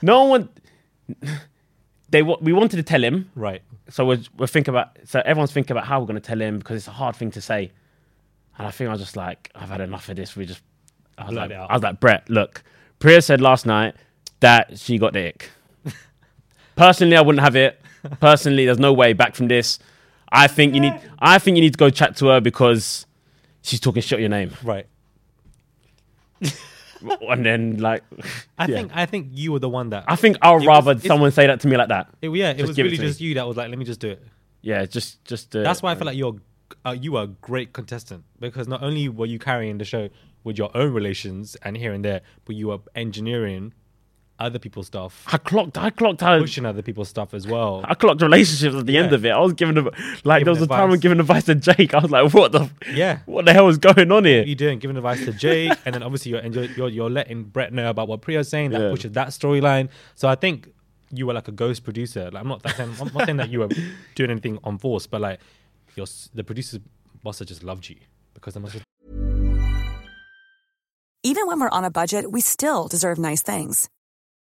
no one they wa- we wanted to tell him Right. so we're, we're thinking about so everyone's thinking about how we're going to tell him because it's a hard thing to say and i think i was just like i've had enough of this we just i was, Blurt like, it out. I was like brett look priya said last night that she got the ick personally i wouldn't have it personally there's no way back from this i think you need i think you need to go chat to her because she's talking shit on your name Right. and then like I yeah. think I think you were the one that. i think i'll It was- rather it's- someone say that to me like that It, yeah, it Just was give it really to me. just you that was like, let me just do it. yeah just just uh, That's why I feel like you're uh, you are a great contestant because not only were you carrying the show with your own relations and here and there, but you were engineering other people's stuff, i clocked i clocked how pushing other people's stuff as well. I clocked relationships at the end Yeah. of it. I was giving them like there Giving was a time advice. I'm giving advice to Jake. I was like, what the Yeah. what the hell is going on here? you doing? Giving advice to Jake, and then obviously you're, and you're you're you're letting Brett know about what Priya's saying that Yeah. pushes that storyline. So I think you were like a ghost producer. Like I'm not that saying, I'm not saying that you were doing anything on force, but like your s- the producers must have just loved you because they must have Even when we're on a budget, we still deserve nice things.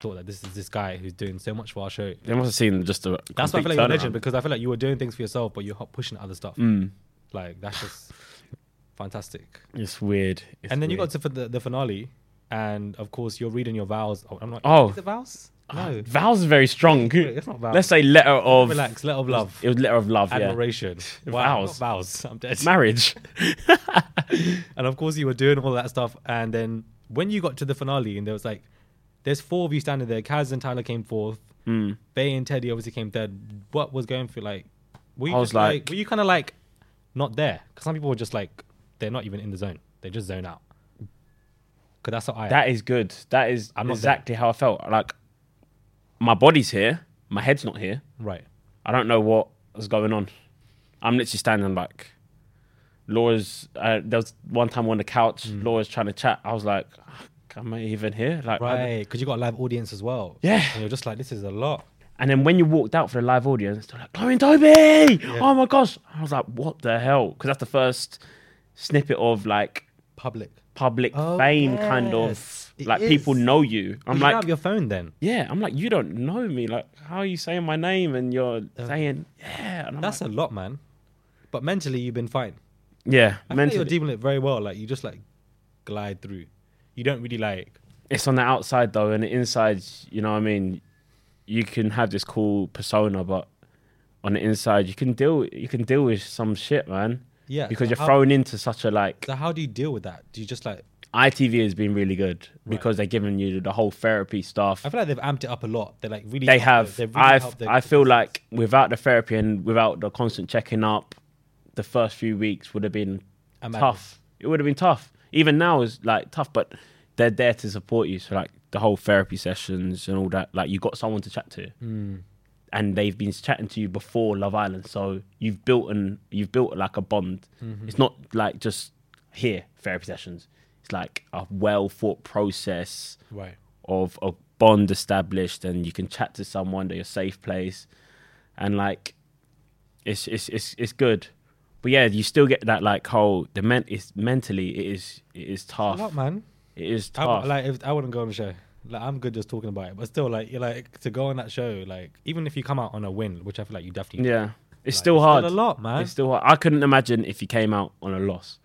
thought that this is this guy who's doing so much for our show. They must have seen just a That's why I feel like complete you're a turnaround. legend because I feel like you were doing things for yourself, but you're pushing other stuff. Mm. Like that's just fantastic. It's weird. It's and then you weird. got to for the, the finale, and of course you're reading your vows. Oh, I'm not. Oh. is it vows? No, vows are very strong. it's not vows. Let's say letter of Relax, letter of love. It was letter of love. Yeah. admiration. Wow, Vows. not vows. I'm dead. Marriage. and of course you were doing all that stuff, and then when you got to the finale, and there was like, there's four of you standing there. Kaz and Tyler came fourth. Mm. Bay and Teddy obviously came third. What was going through like? Were you I was just, like, like- were you kind of like not there? Because some people were just like, they're not even in the zone. They just zone out. Because that's how I. That is good. That is I'm not there. exactly how I felt. Like my body's here, my head's not here. right. I don't know what was going on. I'm literally standing like, Mm. Laura's. Uh, there was one time on the couch. Laura's trying to chat. I was like, fuck am I even here? Like, I- right, because you got a live audience as well. Yeah. And you're just like, this is a lot. And then when you walked out for the live audience, they're like, Chloe and Toby! Oh my gosh. I was like, what the hell? Because that's the first snippet of like public public Oh, fame kind of like people know you. I'm like have your phone then. Yeah, I'm like, you don't know me. Like, how are you saying my name and you're saying yeah? Oh. That's a lot, man. But mentally, you've been fine. Yeah. I mentally. you're dealing with it very well. Like you just like glide through. You don't really like. It's on the outside though, and the inside, you know what I mean? You can have this cool persona, but on the inside you can deal you can deal with some shit, man. Yeah, Because so you're how- thrown into such a like So how do you deal with that? Do you just like? ITV has been really good because they're giving you the whole therapy stuff. I feel like they've amped it up a lot. They're like really. They helped have. it. They've really I helped their- I feel like without the therapy and without the constant checking up, the first few weeks would have been Imagine. tough. It would have been tough. Even now is like tough, but they're there to support you. So like the whole therapy sessions and all that, like you got someone to chat to, Mm. and they've been chatting to you before Love Island, so you've built and you've built like a bond. Mhm. It's not like just here therapy sessions. It's like a well thought process Right. of a bond established and you can chat to someone at your safe place and like it's it's it's it's good but yeah you still get that like whole the men is mentally it is it is tough lot, man. it is I, tough w- like if, I wouldn't go on the show. Like I'm good just talking about it, but still, like you're like to go on that show. Like even if you come out on a win, which I feel like you definitely. yeah it's Like, still it's hard a lot, man. it's still hard i couldn't imagine if you came out on a loss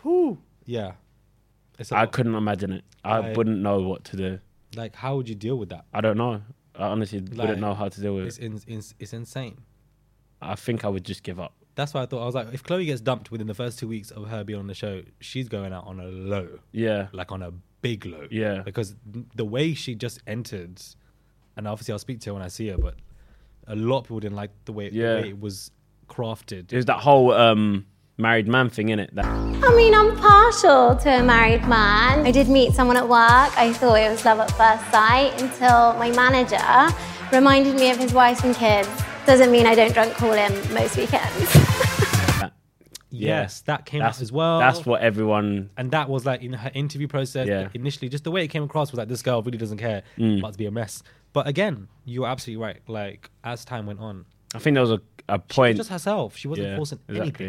Whew. Yeah. It's a i lot. couldn't imagine it i Like- wouldn't know what to do Like how would you deal with that? i don't know i honestly Like, wouldn't know how to deal with It's it in, it's, it's insane. i think i would just give up That's why I thought I was like, if Chloe gets dumped within the first two weeks of her being on the show, she's going out on a low. Yeah. Like on a big low. Yeah. Because the way she just entered, and obviously I'll speak to her when I see her, but a lot of people didn't like the way, the Yeah. way it was crafted. it was that whole um married man thing in it that I mean, I'm partial to a married man. I did meet someone at work. I thought it was love at first sight until my manager reminded me of his wife and kids. Doesn't mean I don't drunk call him most weekends. Yeah. Yes, that came That's- out as well. that's what everyone And that was like in her interview process Yeah. like, initially, just the way it came across was like this girl really doesn't care, Mm. about to be a mess. But again, you were absolutely right. Like as time went on, I think there was a, a point. just herself. She wasn't forcing anything. I think there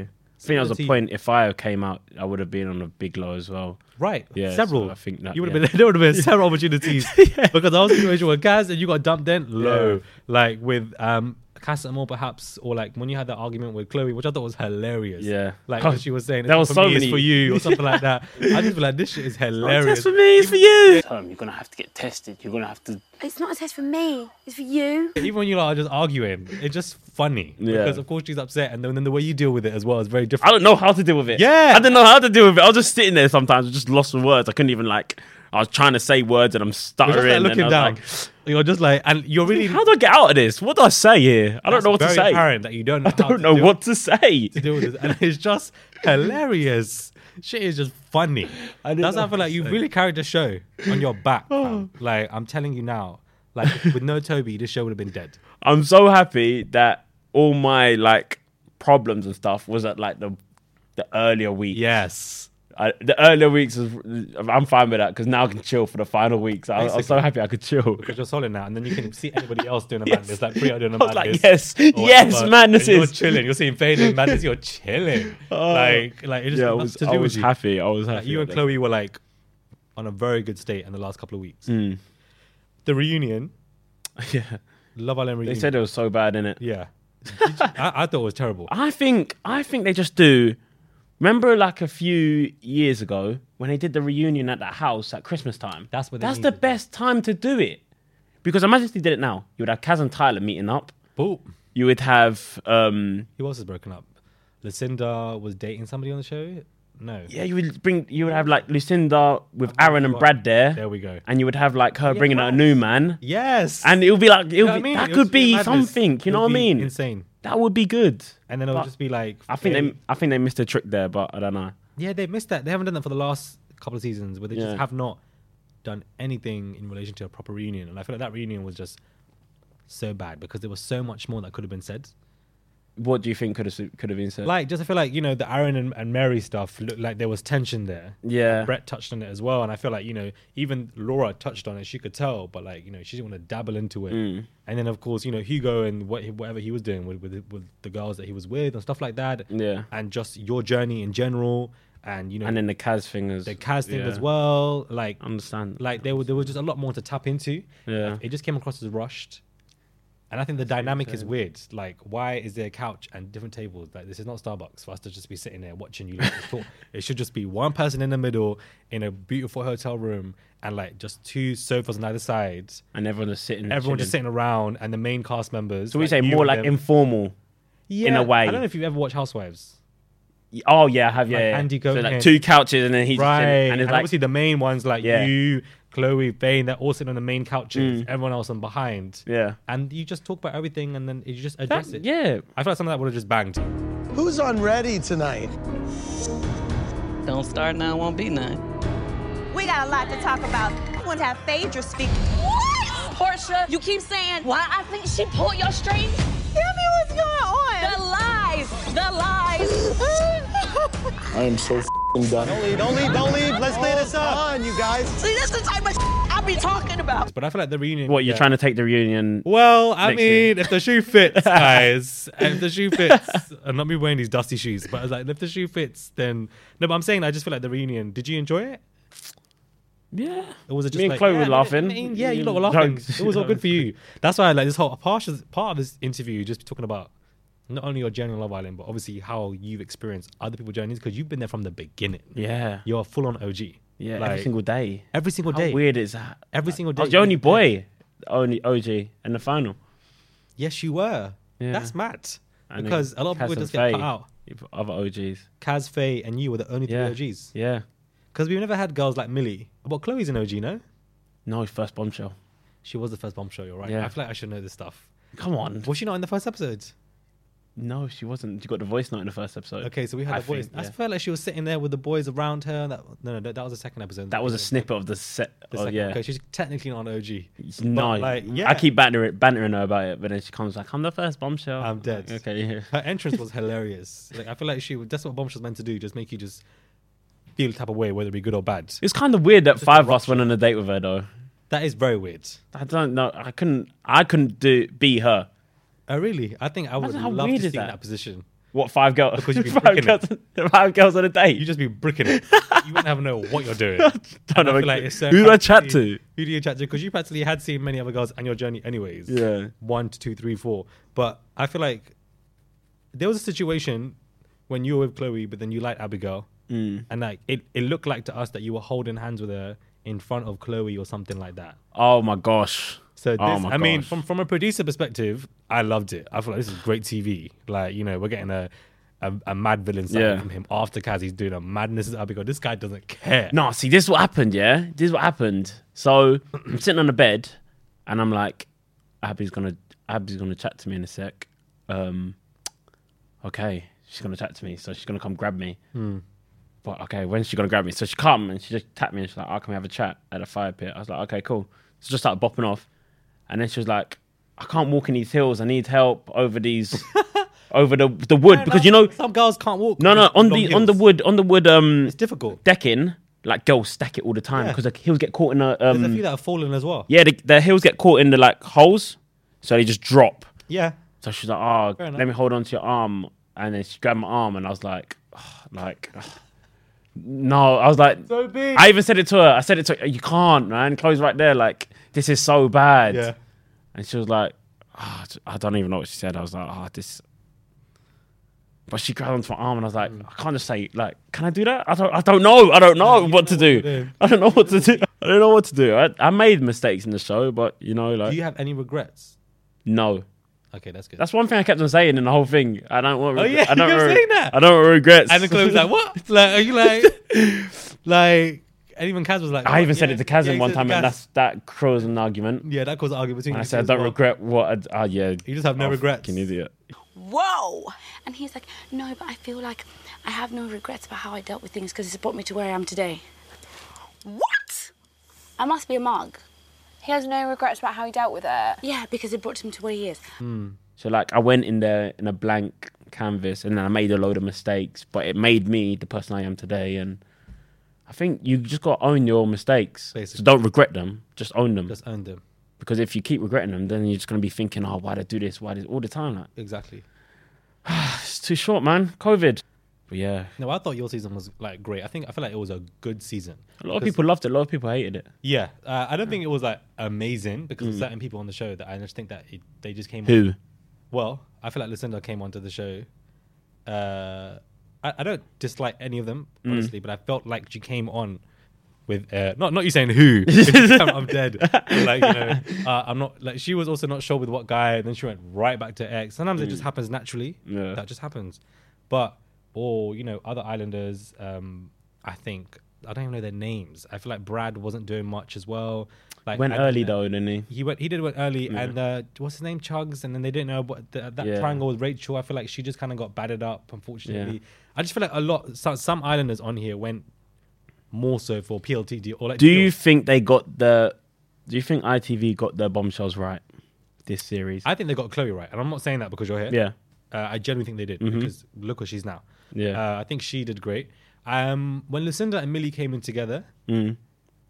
was Similar to a you. point. If I came out, I would have been on a big low as well. Right. Yeah. so Several. I think that you would have yeah. been there would have been several opportunities because I was in a situation where guys and you got dumped then low, Yeah. like with um Casa Amor perhaps, or like when you had that argument with Chloe, which I thought was hilarious. Yeah. like Oh, when she was saying there "It's was not for so me, it's many- Oh, for you or something like that. I just feel like this shit is hilarious. me, it's for you. Term, you're gonna have to get tested. You're gonna have to. It's not a test for me. It's for you. Even when you lot are just arguing, it's just funny Yeah. because of course she's upset, and then, then the way you deal with it as well is very different. I don't know how to deal with it. Yeah. I didn't know how to deal with it. I was just sitting there sometimes, just lost for words. I couldn't even like. I was trying to say words and I'm You're just stuttering. like and I looking was down. like, you're just like, and you're really. how do I get out of this? What do I say here? I don't know what That's to very say. Apparent that you don't. Know I don't know what to say. to do with this, and it's just hilarious. Shit is just funny. That's how I feel like you really carried the show on your back. fam. like I'm telling you now, like with no Toby, this show would have been dead. I'm so happy that all my like problems and stuff was at like the the earlier weeks. Yes. I, the earlier weeks is I'm fine with that because now I can chill for the final weeks. I, I was so Basically. happy I could chill. Because you're solid now, and then you can see everybody else doing a Yes. madness, like Priya doing a I was madness. like, yes, or yes, whatever, madnesses. and You're chilling. You're seeing Faden madness. You're chilling. like, like it just Uh, yeah, I nothing was, to do I with was you. happy. I was Like, happy. you and with Chloe were like on a very good state in the last couple of weeks. that. Mm. The reunion, Yeah, Love Island they reunion. said it was so bad in it. yeah, Did you- I, I thought it was terrible. I think I think they just do. Remember, like a few years ago when they did the reunion at that house at Christmas time. That's what they That's the needed. best time to do it because imagine if they did it now, you would have Kaz and Tyler meeting up. Boop. You would have um, Who else has broken up? Lucinda was dating somebody on the show. No. Yeah, you would bring. You would have like Lucinda with Aaron and Brad there. Oh There we go. And you would have like her bringing out a new man. Yes. And it would be like You it'll know be, what I mean? that It would could be be madness. something. You know It what would I be mean? insane. That would be good. And then it would But just be like. I think hey. they. I think they missed a trick there, but I don't know. Yeah, they missed that. They haven't done that for the last couple of seasons, where they Yeah. just have not done anything in relation to a proper reunion. And I feel like that reunion was just so bad because there was so much more that could have been said. what do you think could have could have been said? Like, just I feel like you know the Aaron and, and Mary stuff looked like there was tension there. Yeah. And Brett touched on it as well, and I feel like you know even Laura touched on it. She could tell, but like you know she didn't want to dabble into it. Mm. And then of course you know Hugo and what he- whatever he was doing with, with with the girls that he was with and stuff like that. Yeah. And just your journey in general, and you know, and then the Kaz thing is the Kaz thing yeah. as well. Like understand. Like there were there was just a lot more to tap into. Yeah. It just came across as rushed. And I think the dynamic is saying. weird. Like, why is there a couch and different tables? Like, this is not Starbucks for us to just be sitting there watching you like, talk. It should just be one person in the middle in a beautiful hotel room, and like just two sofas on either side, and everyone is sitting. everyone just chilling. sitting around, and the main cast members. So we say you more and like them. informal, in Yeah, a way. I don't know if you've ever watched Housewives. oh yeah, I have yeah. Like yeah. Andy so Cohen. like two couches and then he's right. and And, it's like obviously the main ones like Yeah. Mm. you, Chloe, Vane, they're all sitting on the main couches. Everyone else on behind. Yeah. And you just talk about everything, and then you just address it. yeah. I feel like some of that would have just banged. Who's on ready tonight? Don't start now, won't be none. We got a lot to talk about. I want to have Phaedra speak. What? Portia, you keep saying why I think she pulled your strings. Tell me what's going on. The lies. The lies. I am so f***ing done. Don't leave, don't leave, don't leave. Let's clear this up. Come on, you guys. See, this is the type of I be talking about. But I feel like the reunion. what you're yeah. trying to take the reunion. Well, I next mean, year. if the shoe fits, guys, if the shoe fits, and not me wearing these dusty shoes, but I was like, if the shoe fits, then no. But I'm saying, I just feel like the reunion. Did you enjoy it? yeah. Or was it just Me and like, Chloe yeah, were I laughing. mean, yeah, you Me lot were and laughing. Drugs. It was all good for you. That's why, like, this whole part of, part of this interview just talking about not only your journey on Love Island, but obviously how you've experienced other people's journeys because you've been there from the beginning. Yeah. You're full on OG. Yeah, Like, every single day. Every single How day. weird is that? Every single day. I was the only boy, the only OG in the final. Yes, you were. Yeah. That's mad. And Because then a lot of people Kaz just get and cut out. Faye, Other OGs. Kaz, Faye, and you were the only three Yeah. OGs. Yeah. Because we've never had girls like Millie. But Chloe's an OG, no? No, first bombshell. She was the first bombshell, you're right. Yeah. Mm. I feel like I should know this stuff. Come on. Was she not in the first episode? No, she wasn't. She got the voice note in the first episode. Okay, so we had I a voice. think, I yeah. felt like she was sitting there with the boys around her. and That no, no, that, that was the second episode. That was a snippet of the set. The oh, second, yeah. Okay, she's technically not an OG. no, but, like, yeah. I keep bantering, bantering her about it, but then she comes like, "I'm the first bombshell." I'm dead. Okay, yeah. Her entrance was hilarious. Like I feel like she. was- That's what Bombshell's meant to do. Just make you just feel the type of way, whether it be good or bad. It's kind of weird that five of us went on a date with her though. That is very weird. I don't know. I couldn't. I couldn't do be her. Oh really? I think I would Imagine how love to weird see is in that? that position. What five girls? Because you'd be five, bricking girls, it. five girls on a date. You just be bricking it. you wouldn't have know what you're doing. I And don't know. feel like it's so Who do I chat practically- to? Who do you chat to? Because you practically had seen many other girls and your journey, anyways. Yeah. One, two, three, four. But I feel like there was a situation when you were with Chloe, but then you liked Abigail, Mm. and like it, it looked like to us that you were holding hands with her in front of Chloe or something like that. Oh my gosh. So this, oh my I mean, gosh. from from a producer perspective, I loved it. I feel like this is great TV. Like you know, we're getting a a, a mad villain side Yeah. from him after Kaz. He's doing a madness at Abigail. This guy doesn't care. No, see, this is what happened, yeah? This is what happened. So I'm sitting on the bed and I'm like, Abby's gonna Abby's gonna chat to me in a sec. Um Okay, she's gonna chat to me, so she's gonna come grab me. Hmm. But okay, when's she gonna grab me? So she come and she just tapped me and she's like, Oh, can we have a chat at a fire pit? I was like, Okay, cool. So just started bopping off. And then she was like, I can't walk in these hills, I need help over these over the the wood because you know some girls can't walk. no, no. Just On long the on the heels. wood on the wood um difficult. decking, like girls stack it all the time Yeah. because the heels get caught in a There's a few um that have fallen as well. yeah the, the heels get caught in the like holes, so they just drop. Yeah. So she's like, oh, Fair enough. let me hold on to your arm, and then she grabbed my arm, and I was like, "Ugh," like. ugh. No, I was like, So big. I even said it to her. I said it to her, you can't, man. Chloe's right there. Like, this is so bad. Yeah. And she was like, "Ah, I don't even know what she said. I was like, oh, this. But she grabbed onto my arm and I was Mm. like, I can't just say, like, can I do that? I don't, I don't know. I don't know what to do. I don't know what to do. I don't know what to do. I, I made mistakes in the show, but you know, Do like, you have any regrets? no. Okay, that's good. That's one thing I kept on saying in the whole thing. I don't want. Oh, yeah, I don't you kept re- saying that. I don't want regrets. and the clue was like, "What? Like, are you like, like?" And even Kaz was like, I even said yeah, it to Kazan yeah, he one said time, to and Kaz. that's that caused an argument. yeah, that caused an argument between. And I you said, I two don't as well. regret what. I, uh, yeah, You just have no Oh, regrets. Fucking idiot. Whoa! And he's like, No, but I feel like I have no regrets about how I dealt with things because it's brought me to where I am today. What? I must be a mug. He has no regrets about how he dealt with it. Yeah, because it brought him to where he is. Mm. So like I went in there in a blank canvas and then I made a load of mistakes, but it made me the person I am today. And I think you just got to own your mistakes. So don't regret them. Just own them. Just own them. Because if you keep regretting them, then you're just gonna be thinking, oh, why did I do this? Why did all the time? Like exactly. it's too short, man. COVID. But yeah, No, I thought your season was like great. I think I feel like it was a good season. a lot of Because- people loved it. A lot of people hated it. Yeah, uh, I don't think it was like amazing because of certain people on the show that I just think that it, they just came. Who? on- Well, I feel like Lucinda came onto the show. Uh, I, I don't dislike any of them Mm. honestly, but I felt like she came on with uh, not not you saying who. I'm, I'm dead. like you know, uh, I'm not like she was also not sure with what guy, and then she went right back to X. Sometimes it just Mm. happens naturally. Yeah. That just happens. But or you know other Islanders, um, I think I don't even know their names. I feel like Brad wasn't doing much as well. Like Went I don't early know. though, didn't he? He went. He did went early, Yeah. and uh, what's his name, Chugs, and then they didn't know what the, that Yeah. triangle with Rachel. I feel like she just kind of got battered up, unfortunately. I just feel like a lot. Some, some Islanders on here went more so for PLTD or like Do you think they got the? Do you think ITV got their bombshells right this series? I think they got Chloe right, and I'm not saying that because you're here. Yeah. uh, I genuinely think they did Mhm. because look where she's now. Yeah. uh, I think she did great. Um, when Lucinda and Millie came in together, Mm.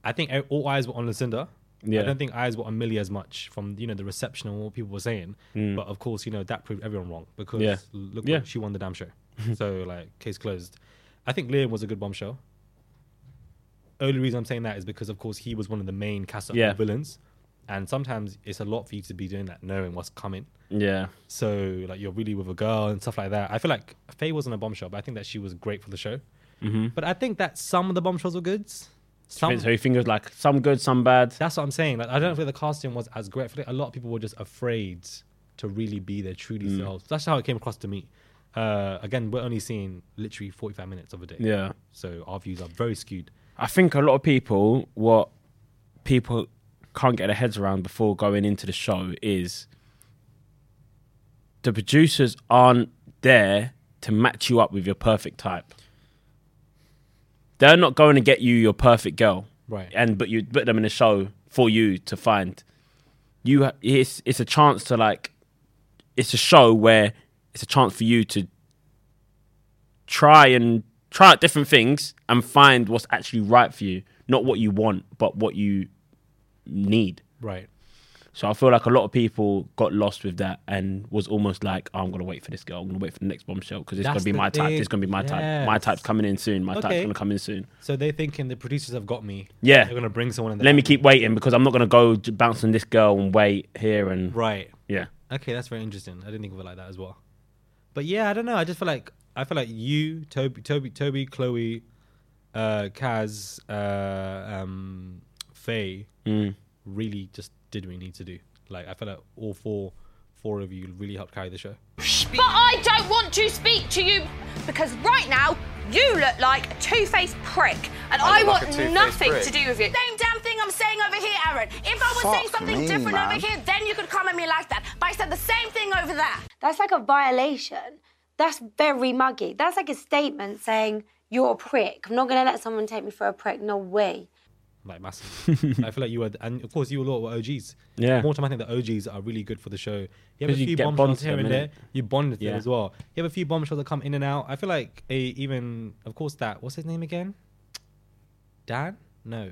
I think e- all eyes were on Lucinda. Yeah. I don't think eyes were on Millie as much from you know the reception and what people were saying. Mm. But of course, you know that proved everyone wrong because Yeah. look, Yeah. she won the damn show. so like case closed. I think Liam was a good bombshell. Only reason I'm saying that is because of course he was one of the main cast Yeah. villains, and sometimes it's a lot for you to be doing that knowing what's coming. Yeah. So like you're really with a girl and stuff like that. I feel like Faye wasn't a bombshell, but I think that she was great for the show. Mhm. But I think that some of the bombshells were goods. Some, so you think it was like some good, some bad. that's what I'm saying. Like I don't think the casting was as great. I feel like a lot of people were just afraid to really be their truly Mm. selves. That's how it came across to me. Uh, again, we're only seeing literally 45 minutes of a day. Yeah. So our views are very skewed. I think a lot of people, what people can't get their heads around before going into the show is the producers aren't there to match you up with your perfect type. They're not going to get you your perfect girl, Right. And but you put them in a show for you to find. You ha- it's it's a chance to like, it's a show where it's a chance for you to try and try out different things and find what's actually right for you, not what you want, but what you need. Right. So I feel like a lot of people got lost with that and was almost like, oh, I'm gonna wait for this girl. I'm gonna wait for the next bombshell because it's That's gonna be the my type. thing. It's gonna be my type. My Yes. type's coming in soon. My type's Okay. gonna come in soon. So they're thinking the producers have got me. Yeah. They're gonna bring someone in. Let me keep waiting because I'm not gonna go j- bounce on this girl and wait here and Right. Yeah. Okay, that's very interesting. I didn't think of it like that as well. But yeah, I don't know. I just feel like I feel like you, Toby, Toby, Toby, Chloe, uh, Kaz, uh, um, Faye, Mm. really just did what we need to do. Like I feel like all four, four of you really helped carry the show. But I don't want to speak to you because right now you look like a two-faced prick, and I, I look like want a two-faced nothing prick. to do with you. Same damn thing I'm saying over here, Aaron. If I was Fuck saying something me, different man. over here, then you could come at me like that. But I said the same thing over there. That's like a violation. That's very muggy. That's like a statement saying, You're a prick. I'm not going to let someone take me for a prick. No way. like massive. I feel like you were, and of course you lot were OGs. Yeah. More time, I think the OGs are really good for the show. You have a 'Cause you few get bombshells bonds here them, and there. innit? You bond with them Yeah. as well. You have a few bombshells that come in and out. I feel like a even, of course, that what's his name again? Dan? No,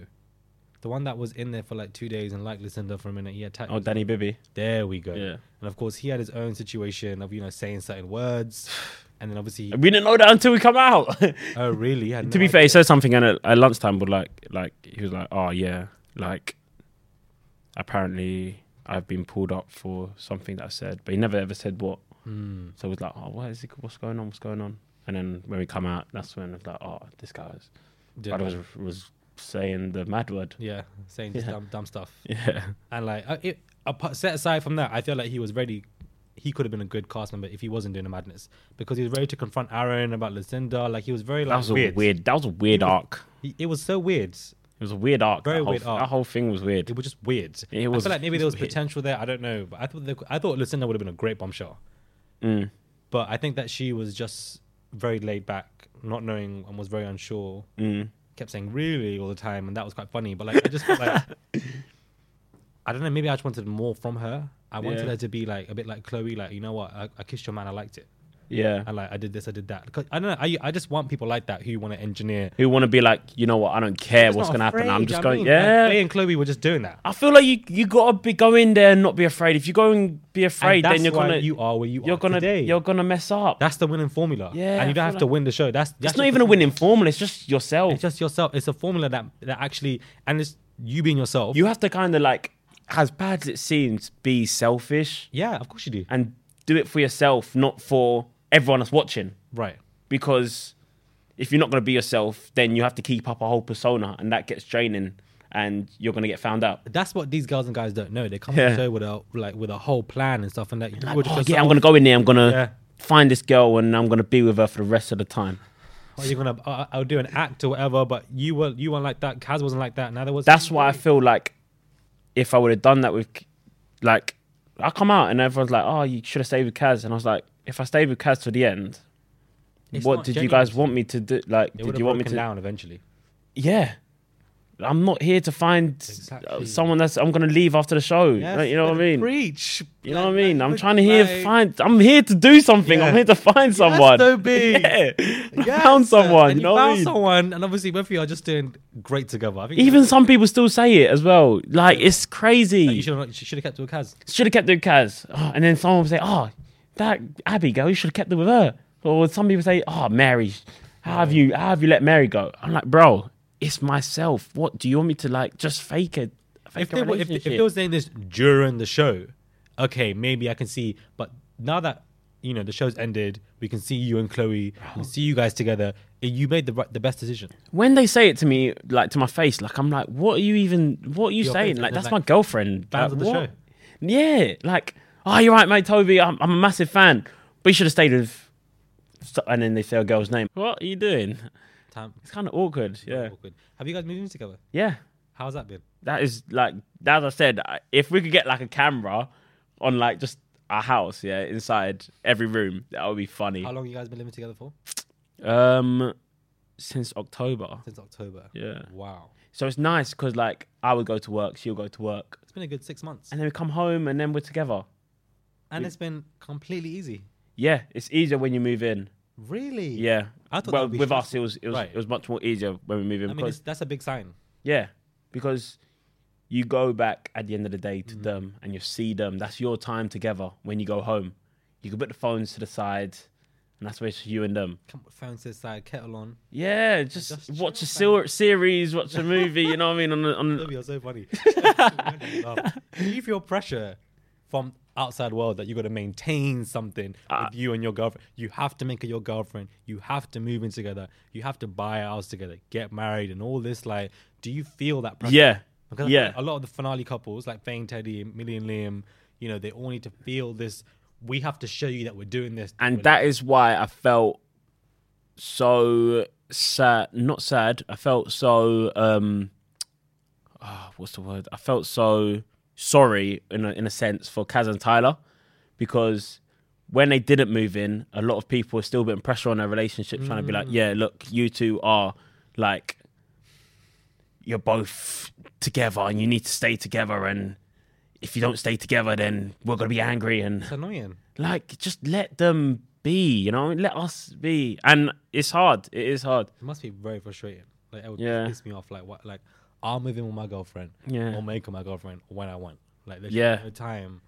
the one that was in there for like two days and like Lucinda for a minute. He attacked. Oh, Danny Bibby. There we go. Yeah. And of course, he had his own situation of you know saying certain words, and then obviously. We didn't know that until we come out. Oh really? I had to no be fair, idea. he said something and at, at lunchtime, but like, like he was like, "Oh yeah, like apparently I've been pulled up for something that I said," but he never ever said what. Hmm. So it was like, "Oh, what is it? What's going on? What's going on?" And then when we come out, that's when it's like, "Oh, this guy was, Didn't brother was, was saying the mad word." Yeah, saying just Yeah. dumb, dumb stuff. Yeah. and like uh, it, apart, set aside from that, I feel like he was ready. He could have been a good cast member if he wasn't doing the madness because he was ready to confront Aaron about Lucinda. Like he was very like That was a weird. weird. That was a weird arc. He- it was so weird. It was a weird arc. Very that whole, weird th- arc. That whole thing was weird. It was just weird. It I was. feel like maybe it there was weird. potential there. I don't know, but I thought they, I thought Lucinda would have been a great bombshell. Mm. But I think that she was just very laid back, not knowing and was very unsure. Mm. Kept saying really all the time, and that was quite funny. But like, I just felt like I don't know. Maybe I just wanted more from her. I wanted Yeah. her to be like a bit like Chloe. Like you know what? I, I kissed your man. I liked it. Yeah. And like I did this. I did that. 'Cause I don't know. I I just want people like that who want to engineer. Who want to be like, you know what? I don't care Just what's not gonna happen. I'm afraid, just do you know going. what I mean? Yeah. Like, Faye and Chloe were just doing that. I feel like you you gotta be go in there and not be afraid. If you go and be afraid, that's then you're why gonna you are where you you're gonna you're gonna mess up. That's the winning formula. Yeah, and I you don't feel have to like- win the show. That's, that's not the even a formula. winning formula. It's just yourself. It's just yourself. It's a formula that that actually and it's you being yourself. You have to kind of like, as bad as it seems, be selfish. Yeah, of course you do. And do it for yourself, not for everyone that's watching. Right. Because if you're not going to be yourself, then you have to keep up a whole persona, and that gets draining, and you're going to get found out. That's what these girls and guys don't know. They come on Yeah. the show with a like with a whole plan and stuff, and that you were Like, just "Oh, yourself. yeah, I'm going to go in there. I'm going to Yeah. find this girl, and I'm going to be with her for the rest of the time. Or Oh, you're gonna I- I'll do an act or whatever, but you were you weren't like that. Kaz wasn't like that. Neither was That's why I feel like if I would have done that with, like, I come out and everyone's like, "Oh, you should have stayed with Kaz," and I was like, "If I stayed with Kaz to the end, It's what not did you genuine. guys want me to do? Like, it did would you have want me broken to? down eventually. Yeah, I'm not here to find uh, someone that's I'm gonna leave after the show. Yes, Like, you know what I mean? Preach. You know what I mean? I'm like, trying to hear like- find. I'm here to do something. I'm Yeah. here to find someone. though, B. Yeah. I found someone. And you know what I found mean? someone, and obviously both of you are just doing great together. I think Even some people still say it as well. Like it's crazy. you should have should have kept with Kaz. should have kept it with Kaz. Oh, and then someone would say, oh, that Abby girl, you should have kept it with her. Or some people say, oh, Mary, how have you, how have you let Mary go? I'm like, bro, it's myself. What do you want me to like just fake it? Fake if a they, were, if, if relationship? they were saying this during the show, okay, maybe I can see. But now that you know the show's ended, we can see you and Chloe, we can see you guys together. eh, You made the right- the best decision. when they say it to me, like to my face, like I'm like, what are you even? What are you Your saying? face Like is that's like my girlfriend. fans Like, of the what? show. Yeah, like oh, you're right, mate, Toby. I'm, I'm a massive fan, but you should have stayed with. so- And then they say a girl's name. What are you doing? Time. It's kind of awkward. Yeah, Awkward. Have you guys moved in together? yeah. How's that been? That is like as I said, I- if we could get like a camera on like just our house, yeah, inside every room, that would be funny. How long you guys been living together for? Um, since October. Since October. Yeah. Wow. So it's nice because like I would go to work, she'll go to work, It's been a good six months, and then we come home and then we're together. and it's been completely easy. Yeah, it's easier when you move in. Really? Yeah. I thought that well, would be with us, stressful. it was it was Right. it was much more easier when we move in. I mean, because- it's, that's a big sign. Yeah, because you go back at the end of the day Mm-hmm. to them and you see them. That's your time together when you go home. You can put the phones to the side, and that's where it's you and them. Come phone to the side, kettle on. Yeah, just, watch a ser- series, watch a movie. you know what I mean? On, the- on Toby, the- you're so funny. Um, do you feel pressure from outside world that you got to maintain something Ah. with you and your girlfriend? You have to make her your girlfriend. You have to move in together. You have to buy a house together, get married, and all this. Like, do you feel that pressure? Yeah. Because I Yeah. think a lot of the finale couples, like Faye and Teddy, Millie and Liam, you know, they all need to feel this. We have to show you that we're doing this. and that is why I felt so sad. Not sad. I felt so. um ah, What's the word? I felt so sorry in a, in a sense for Kaz and Tyler because when they didn't move in, a lot of people were still putting pressure on their relationship, trying to be like, "Yeah, look, you two are like." You're both together, and you need to stay together. And if you don't stay together, then we're gonna be angry. And It's annoying. like just let them be you know let us be and it's hard it is hard It must be very frustrating. Like it would Yeah. piss me off. Like what? Like I'll move in with my girlfriend. Yeah. Or make her my girlfriend when I want. Like there's Yeah. no time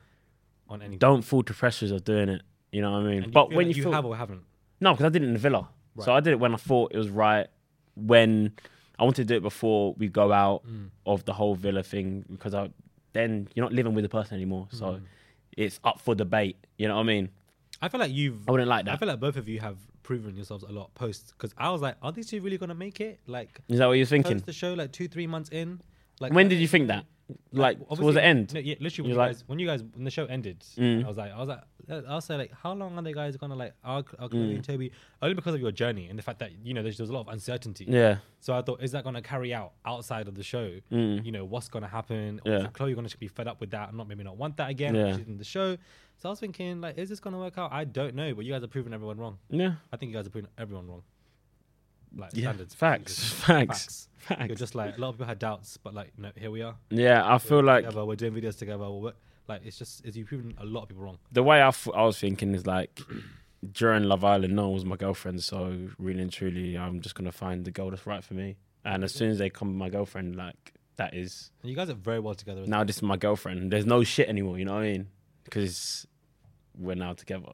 on anything. don't fall to pressures of doing it you know what i mean And you but feel when like you you, feel, have or haven't. no because i did it in the villa so i did it when i thought it was right when i wanted to do it before we go out Mm. of the whole villa thing because i then you're not living with the person anymore so Mm. it's up for debate you know what i mean I feel like you've. I wouldn't like I that. feel like both of you have proven yourselves a lot post because I was like, are these two really gonna make it? Like, Is that what you're post thinking? The show like two, three months in. Like when did you think that like towards obviously- the end No, yeah, literally when You're you like- guys when you guys when the show ended, Mm. I was like, I was like, I was like, how long are they guys gonna like are, are Mm. Chloe and Toby only because of your journey and the fact that you know there's, there's a lot of uncertainty. Yeah. So I thought, is that gonna carry out outside of the show? Mm. You know, what's gonna happen? Yeah. Or is Chloe gonna be fed up with that and not maybe not want that again? Yeah. She's in the show. So I was thinking, like, is this gonna work out? I don't know, but you guys are proving everyone wrong. Yeah. I think you guys are proving everyone wrong. like Yeah, standards. facts, Just facts, You're just like a lot of people had doubts, but like no, here we are. Yeah, I We're feel like- together, we're doing videos together. We're, like it's just is you proving a lot of people wrong. the way I, f- I was thinking is like during Love Island, no one was my girlfriend, so really and truly, I'm just gonna find the girl that's right for me. And as soon as they come, my girlfriend, like that is And you guys are very well together. as now well. this is my girlfriend. There's no shit anymore, you know what I mean? Because we're now together.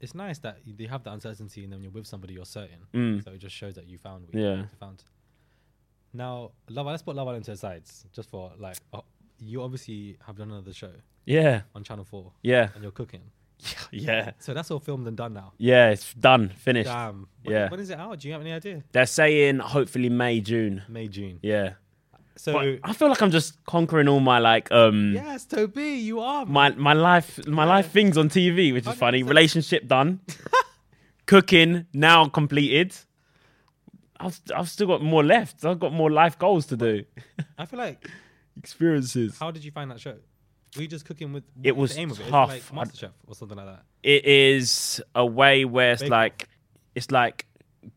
it's nice that you you have that uncertainty, and then when you're with somebody, you're certain. Mm. So it just shows that you found what you Yeah. wanted to found. Now, Love Island, let's put Love Island to the sides just for like uh, you obviously have done another show. Yeah. On Channel Four. Yeah. And you're cooking. yeah. So that's all filmed and done now. Yeah, it's done, finished. Damn. When- Yeah, When is it out? Do you have any idea? they're saying hopefully May, June. May, June. Yeah. So But I feel like I'm just conquering all my like um Yes, Toby, you are. my my life my life things on TV, which is funny. Relationship done, cooking now completed. I've st- I've still got more left. I've got more life goals to do, I feel like. experiences. How did you find that show? Were you just cooking with? It what was was the aim of it? Is it tough. like I- MasterChef or something like that. It is a way where it's Bake like it's like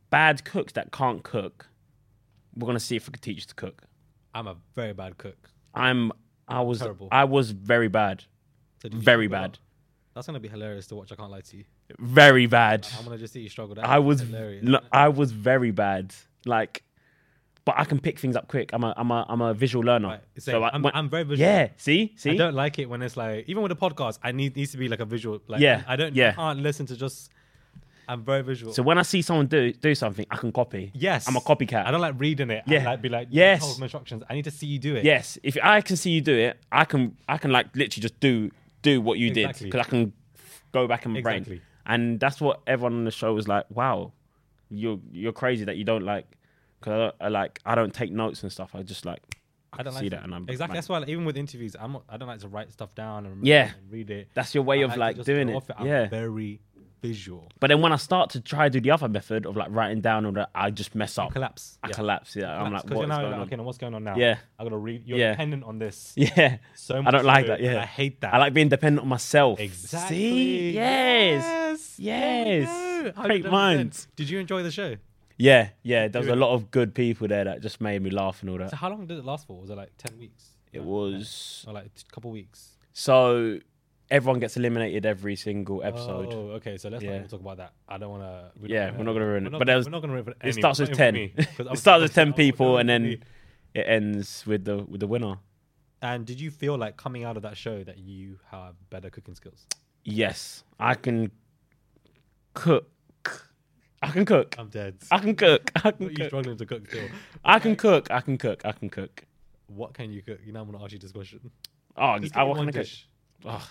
bad cooks that can't cook. We're gonna see if we can teach you to cook. I'm a very bad cook. I'm I was Terrible. I was very bad, So did you very struggle bad, out? That's gonna be hilarious to watch. I can't lie to you. very bad. I'm gonna just see you struggle. That I is was hilarious. no, I was very bad. Like, but I can pick things up quick. I'm a I'm a I'm a visual learner. So, I- I'm, when- I'm very visual. Yeah. See. I See. don't like it when it's like even with a podcast, I need needs to be like a visual. Like, Yeah, I don't. yeah. I can't listen to just. I'm very visual. So when I see someone do do something, I can copy. yes, I'm a copycat. I don't like reading it. Yeah. I like be like Yes. Told instructions. I need to see you do it. Yes. If I can see you do it, I can I can like literally just do do what you Exactly. did because I can go back in my Exactly. brain. And that's what everyone on the show was like. Wow, you're you're crazy that you don't like. Cause I, don't, I like I don't take notes and stuff. I just like I, I don't can like see to- that and I'm exactly. like, That's why, like, even with interviews, I'm not, I don't like to write stuff down and remember Yeah. and read it. That's your way I of, to like, just doing go it. off I'm Yeah. very visual. But then when I start to try to do the other method of like writing down all that, I just mess up. collapse. I Yeah. collapse. Yeah, I'm Collapse, like, 'cause what you're is now going like, on? okay, now what's going on now? Yeah, I gotta read. You're Yeah. dependent on this. yeah. so I much don't like so that. that Yeah, I hate that. I like being dependent on myself. Exactly. See? Yes. Yes. There you go. Great 100%. minds. Uh, Did you enjoy the show? Yeah, yeah. There was a lot of good people there that just made me laugh and all that. So how long did it last for? Was it like ten weeks It was or like a couple weeks? so everyone gets eliminated every single episode. Oh, okay. So let's Yeah. not even talk about that. I don't want to. yeah, we're not gonna ruin it. But gonna, there was, we're not gonna ruin it. for It anyone, starts with not ten. even for me, 'cause it I'm- starts with I'm ten not people, gonna and be- then it ends with the with the winner. And did you feel like coming out of that show that you have better cooking skills? Yes, I can cook. I can cook. I'm dead. I can cook. I Are can you cook. struggling to cook still? I can cook. I can cook. I can cook. What can you cook? You know, I'm gonna ask you this question. Oh, Just I give me one what can I cook? dish. Ugh.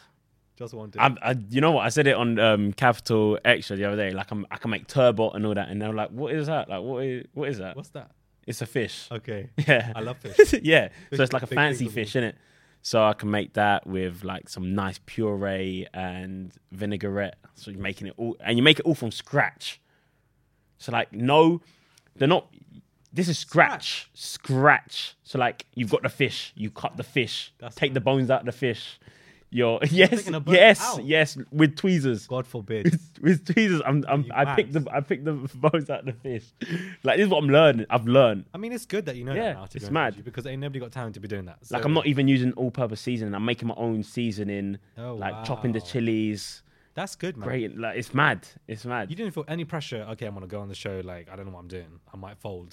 Just one dish. I'm, I, you know what? I said it on um, Capital Extra the other day. Like, I'm, I can make turbot and all that, and they're like, "What is that? Like, what is, what is that? What's that? It's a fish." Okay. Yeah. I love fish. yeah. Fish so it's like a is big fancy thing for me. fish, innit? So I can make that with like some nice puree and vinaigrette. So you're making it all, and you make it all from scratch. So like, no, they're not. This is scratch, scratch. So like, you've got the fish. You cut the fish. take the bones out of the fish. You're yes, taking the bones yes, out? yes, with tweezers. God forbid. With tweezers, I'm, I'm You I picked the, I picked the bones out of the fish. Like this is what I'm learning. I've learned. I mean, it's good that you know Yeah, that now. To be it's honest with mad. you, because ain't nobody got time to be doing that. Like So- I'm not even using all-purpose seasoning. I'm making my own seasoning. Oh, like chopping the wow. chilies. That's good, man. Great. Like it's mad. It's mad. You didn't feel any pressure. Okay, I'm gonna go on the show. Like I don't know what I'm doing. I might fold.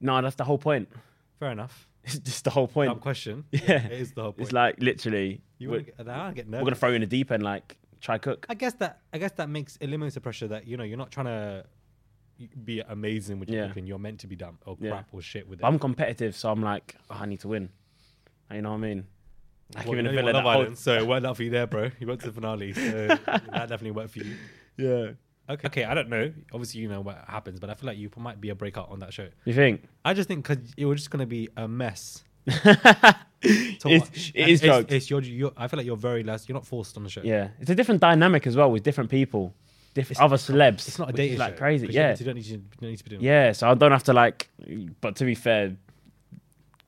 no, that's the whole point. Fair enough. It's just the whole point. Dumb question. Yeah. it is the whole point. It's like literally. you we're, wanna get, I get we're nervous. gonna throw you in the deep end. Like try cook. I guess that I guess that makes eliminates the pressure that you know you're not trying to be amazing with your Yeah. cooking. You're meant to be dumb or Yeah. crap or shit with it. But I'm competitive, so I'm like, oh, I need to win. Like, you know what I mean? Like Well, even you a know you villa were that Love whole- Island, so it worked out for you there, bro. You went to the finale, so that definitely worked for you. Yeah. Okay. Okay. I don't know. Obviously, you know what happens, but I feel like you might be a breakout on that show. You think? I just think because it was just gonna be a mess. to It's, watch. it And it's, is jokes. it's your, your. I feel like you're very less. You're not forced on the show. yeah. It's a different dynamic as well with different people, different other celebs. It's not a which dating is, like show, crazy. 'cause you Yeah. don't- You don't need to. You don't need to be doing. Yeah, so I don't have to like. But to be fair,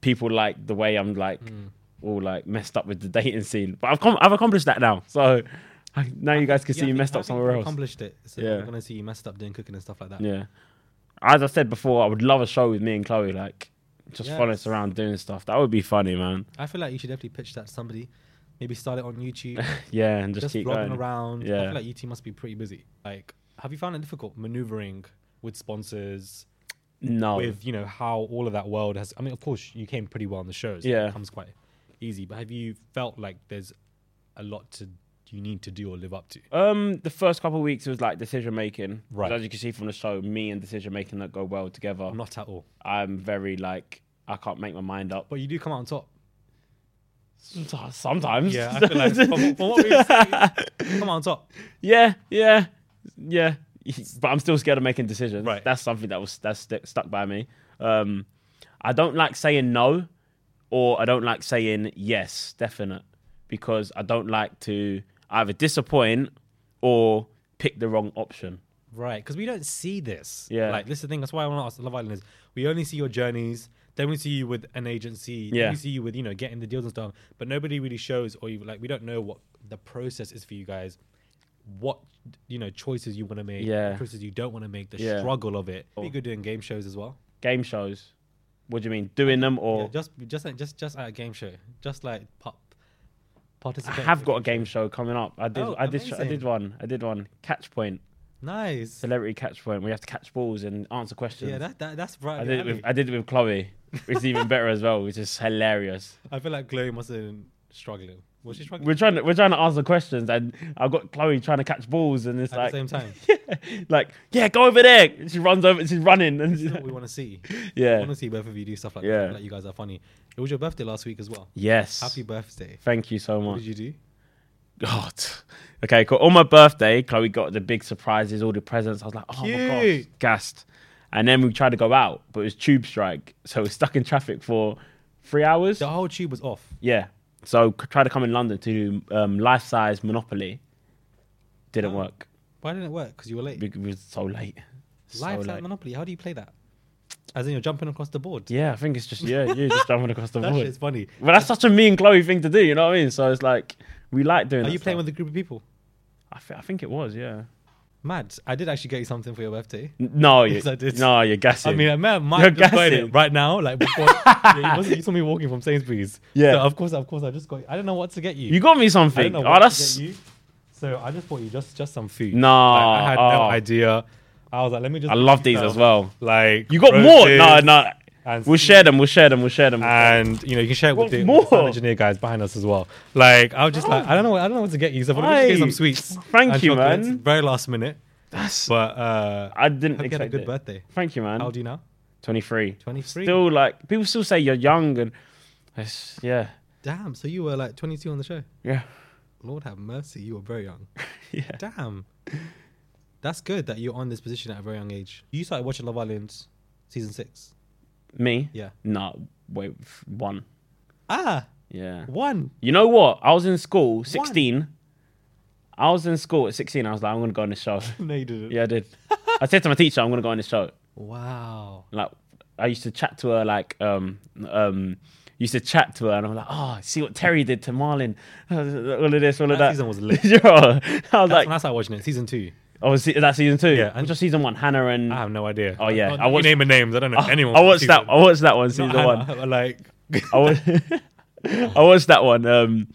people like the way I'm like Hmm. all like messed up with the dating scene. But I've com- I've accomplished that now. So I, now you guys can Yeah, see I me think- messed I think up somewhere you else. Accomplished it. So Yeah. you're gonna see you messed up doing cooking and stuff like that. Yeah, as I said before, I would love a show with me and Chloe, like just Yes. follow us around doing stuff. That would be funny, man. I feel like you should definitely pitch that to somebody. Maybe start it on YouTube. Yeah, and just keep vlogging going. around. I Yeah. feel like you two must be pretty busy. Like, have you found it difficult maneuvering with sponsors? No. With you know how all of that world has. I mean, of course, you came pretty well on the shows. Yeah. it comes quite easy. But have you felt like there's a lot to you need to do or live up to? Um, the first couple of weeks was like decision making. Right. As you can see from the show, me and decision making don't go well together. Not at all. I'm very like I can't make my mind up. But you do come out on top. Sometimes. Yeah, I feel like from, from what we've seen, come on top. Yeah, yeah, yeah. But I'm still scared of making decisions. Right. That's something that was that's st- stuck by me. Um, I don't like saying no, or I don't like saying yes, definite, because I don't like to either disappoint or pick the wrong option. Right, because we don't see this. Yeah. like this is the thing. That's why I want to ask the Love Island is we only see your journeys. Then we see you with an agency. Then Yeah. we see you with you know getting the deals and stuff. But nobody really shows or you like we don't know what the process is for you guys. What you know choices you want to make. Yeah. choices you don't want to make. The Yeah. Oh. struggle of it. Be good doing game shows as well. Game shows. What do you mean doing them or? Just just like- just just at a game show. Just like pop I participate. have got a game show coming up. I did. Oh, I did. sh- I amazing. did one. I did one. Catch point. Nice. Celebrity catch point. We have to catch balls and answer questions. Yeah, that, that that's right. I up did your it alley. with I did it with Chloe, which is even better as well, which is hilarious. I feel like Chloe must have been struggling. Was she struggling? We're trying to we're trying to answer questions, and I've got Chloe trying to catch balls, and it's At the like same time. yeah, like yeah, go over there. And she runs over, and she's running, and she's That's what we want to see. Yeah. We want to see both of you do stuff like Yeah. that. Like you guys are funny. It was your birthday last week as well. Yes. Happy birthday. Thank you so much. What did you do? God. Okay, cool. On my birthday, Chloe got the big surprises, all the presents. I was like, oh my gosh, Cute. gassed. And then we tried to go out, but it was tube strike. So we are stuck in traffic for three hours. The whole tube was off. Yeah. So c- tried to come in London to do um, life size Monopoly. Didn't work. Why didn't it work? Because you were late. It was so late. So Live late. Monopoly. How do you play that? As in you're jumping across the board. Yeah, I think it's just yeah, you just jumping across the That board. shit's funny. But that's such a me and Chloe thing to do, you know what I mean? So it's like we like doing. Are that you playing stuff. with a group of people? I, thi- I think it was, yeah. Mad. I did actually get you something for your birthday. No, Yes, you- I did. no, you're gassing. I mean, I might- might You're have just got gassing. it right now. Like before, yeah, you, must- you saw me walking from Sainsbury's. Yeah. So of course, of course, I just got. I don't know what to get you. You got me I something. don't know Oh, what that's- to get you. So I just bought you just just some food. No, Like, I had no oh. idea. I was like, let me just. I get love you these some, as well. Like You got more? No, roses no. and We'll share them. We'll share them. We'll share them. And you know you can share it with the, with the sound engineer guys behind us as well. Like I was just like I don't know what, I don't know what to get you. So I'm gonna get you some Aye. sweets. Thank and you, chocolates. man. Very last minute. but uh, I didn't hope you had a expect good it. birthday. Thank you, man. How old are you now? 23. 23. Still like people still say you're young and it's, yeah. Damn. So you were like 22 on the show. Yeah. Lord have mercy. You were very young. yeah. Damn. That's good that you're on this position at a very young age. You started watching Love Island season six. Me? Yeah. No, wait, f- one. Ah. Yeah. One. You know what? I was in school, 16. I was in school at 16. I was like, I'm going to go on this show. No, you didn't. yeah, I did. I said to my teacher, I'm going to go on this show. Wow. Like, I used to chat to her, like, um, um, used to chat to her, and I'm like, oh, see what Terry did to Marlon. All of this, all of that. season was lit. yeah. I was like, when I started watching it. Season two. Oh, is it- that season two? Yeah, and just season one. Hannah and I have no idea. Oh yeah, Oh, you name the names. I don't know I, anyone Ah, I from watched that. season- I watched that one. Not Season Hannah, one. but like I watched, I watched that one. Um,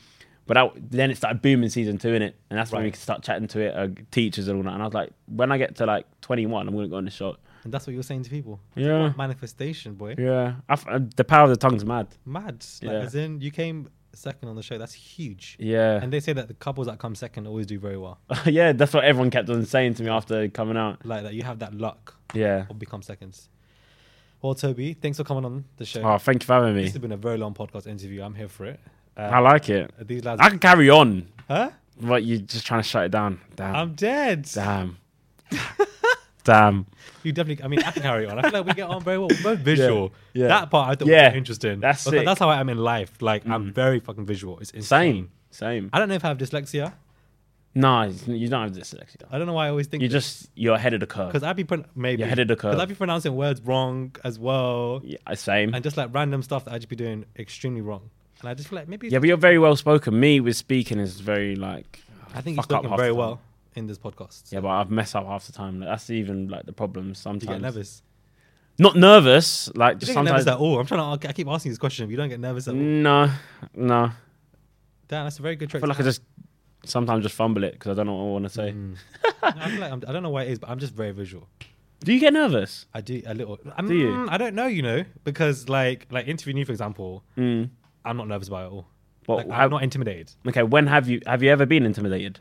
but I, then it started booming season two in it, and that's when we could start chatting to it, uh, teachers and all that. And I was like, when I get to like 21, I'm gonna go on the shot. And that's what you were saying to people. Yeah. Manifestation, boy. Yeah, I f- uh, the power of the tongue's mad. Mad. Like, Yeah. As in, you came second on the show. That's huge. Yeah. And they say that the couples that come second always do very well. yeah, that's what everyone kept on saying to me after coming out. Like that, you have that luck. Yeah. Or become seconds. Well, Toby, thanks for coming on the show. Oh, thank you for having me. This has been a very long podcast interview. I'm here for it. Uh, I like it. These lads. I can carry on. Huh? What you just trying to shut it down? Damn. I'm dead. Damn. Damn. You definitely. I mean, I can carry on. I feel like we get on very well. We're both visual. Yeah. That part I thought Yeah. was interesting. That's Because sick. Mm. That's how I am in life. Like I'm very fucking visual. It's insane. Same. Same. I don't know if I have dyslexia. No, it's- you don't have dyslexia. I don't know why I always think You just you're ahead of the curve. because I'd be pron- maybe You're ahead of the curve. Because I'd be pronouncing words wrong as well. Yeah, same. And just like random stuff that I'd just be doing extremely wrong. And I just feel like maybe. yeah, but you're very well spoken. Me with speaking is very like. I think fuck you've up half spoken the very time. well in this podcast. Yeah, but I've messed up half the time. Like, that's even like the problem sometimes. nervous? Not nervous, like You just don't get nervous sometimes. at all. I'm trying to. I keep asking this question. You don't get nervous at all. No, no. Damn, that's a very good I trick. feel to Mm. like I have. just sometimes just fumble it because I don't know what I want to say. Mm. I, feel like I'm, I don't know why it is, but I'm just very visual. Do you get nervous? I do a little. I'm, Do you? I don't know, you know, because like like interviewing you, for example, Mm. I'm not nervous about it at all. Well, Like, how- I'm not intimidated. Okay, when have you have you ever been intimidated?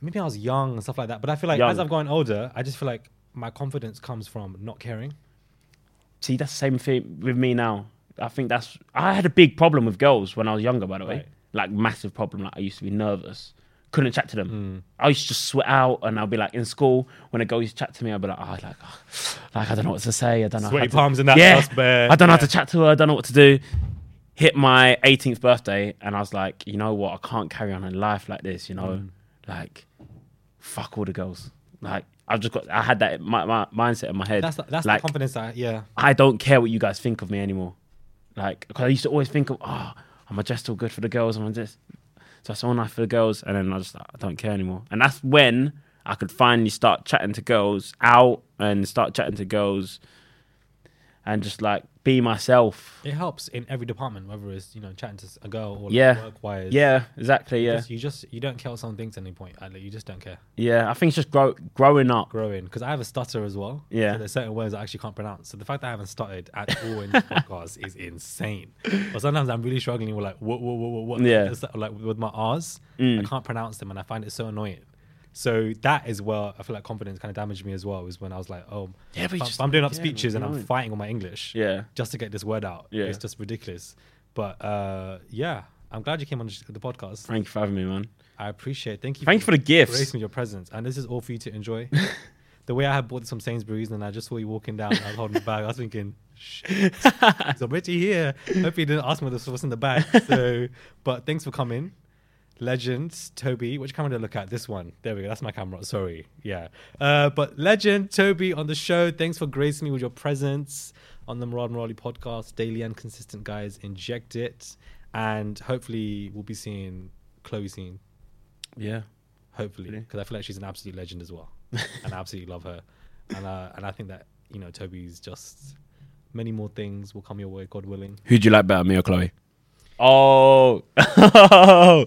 Maybe I was young and stuff like that, but I feel like Young. as I've gotten older, I just feel like my confidence comes from not caring. See, that's the same thing with me now. I think that's I had a big problem with girls when I was younger, by the way. Right. Like massive problem. Like I used to be nervous. Couldn't chat to them. Hmm. I used to just sweat out and I'd be like in school when a girl used to chat to me, I'd be like, oh, like, oh, like I don't know what to say. I don't know. how Sweaty to- palms and that, Yeah, that's bad. I don't know how Yeah. to chat to her. I don't know what to do. Hit my 18th birthday and I was like, you know what? I can't carry on in life like this. You know, Hmm. like fuck all the girls. Like I've just got. I had that my, my mindset in my head. That's the, that's like, the confidence that yeah. I don't care what you guys think of me anymore. Like, 'cause I used to always think of, oh, am I dressed all good for the girls? Am I just dressed all nice for the girls? And then I just, I don't care anymore. And that's when I could finally start chatting to girls out and start chatting to girls and just like be myself. It helps in every department, whether it's you know chatting to s- a girl or like, Yeah. work-wise. Yeah, exactly, yeah. Because You just you don't care what someone thinks at any point. Like, you just don't care. Yeah, I think it's just grow, growing up. Growing because I have a stutter as well. Yeah. so there's certain words I actually can't pronounce. So the fact that I haven't stuttered at all in this podcast is insane. But sometimes I'm really struggling with like what what what what, what Yeah. It's like- like with my R's, I Mm. can't pronounce them and I find it so annoying. So that is where I feel like confidence kind of damaged me as well. Was when I was like, oh, Yeah, but if you I'm- just- if I'm doing up yeah, speeches and I'm annoying. fighting on my English. Yeah. just to get this word out. Yeah. It's just ridiculous. But uh, yeah, I'm glad you came on the podcast. Thank you for having me, man. I appreciate it. Thank you. Thank you for the gifts. Gracing your presence. And this is all for you to enjoy. the way I had bought some Sainsbury's and I just saw you walking down and I was holding the bag, I was thinking, shit, it's already here. Hope you didn't ask me what's in the bag. So, but thanks for coming. Legends, Toby, which camera do I look at? This one. There we go. That's my camera. Sorry. Yeah. Uh, but legend, Toby on the show. Thanks for gracing me with your presence on the Murad Morali podcast. Daily and consistent, guys. Inject it. And hopefully, we'll be seeing Chloe soon. Yeah. Hopefully, because I feel like she's an absolute legend as well, and I absolutely love her, and uh, and I think that you know Toby's just many more things will come your way, God willing. Who'd you like better, me or Chloe? Oh, oh,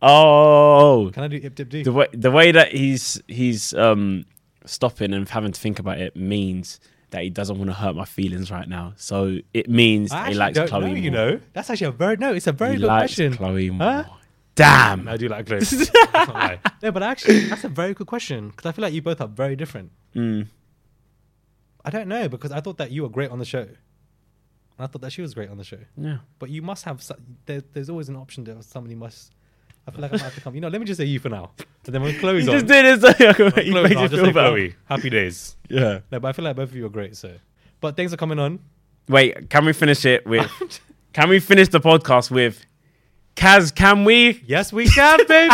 oh! Can I do ip dip do? The way the way that he's he's um stopping and having to think about it means that he doesn't want to hurt my feelings right now. So it means I that he actually likes don't Chloe. know, more. you know. That's actually a very no. It's a very he good likes question. Chloe more. Huh? Damn. I do like Chloe. That's not a lie. no, but actually, that's a very good question because I feel like you both are very different. Mm. I don't know because I thought that you were great on the show. And I thought that she was great on the show. Yeah. But you must have, so- there, there's always an option that somebody must. I feel like I might have to come. You know, let me just say you for now. And then when Chloe's He on. just did it so when Chloe's he made on, you I'll just feel say better. Chloe. Happy days. Yeah. No, but I feel like both of you are great, so. But thanks for coming on. Wait, can we finish it with? can we finish the podcast with? Kaz, can we? Yes, we can, baby.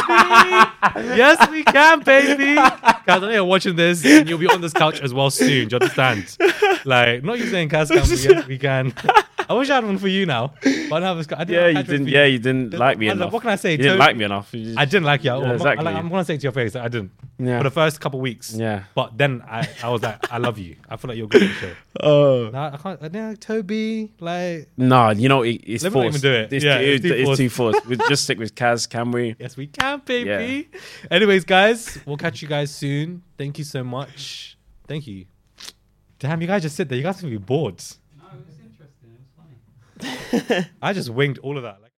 yes, we can, baby. Guys, I know you're watching this, and you'll be on this couch as well soon. Do you understand? Like, not you saying, Kaz, can we? Yes, we can. I wish I had one for you now. But I don't have this. I didn't Yeah, have you one for didn't. Yeah, you didn't like me I was like, enough. what can I say? You didn't Toby- like me enough. You I just- didn't like you. At all. Yeah, exactly. I'm, like, I'm gonna say it to your face that I didn't. Yeah. For the first couple weeks. Yeah. But then I, I was like, I love you. I feel like you're good. at the show. Oh. No, I can't. I don't know, Toby, like. No, you know it, it's Let me not even forced. do it. It's, Yeah, too, it's it's, too forced. too forced. we just stick with Kaz, can we? Yes, we can, baby. Anyways, guys, we'll catch you guys soon. Thank you so much. Thank you. Damn, you guys just sit there. You guys are gonna be bored. No, it's interesting. It's funny. I just winged all of that. Like-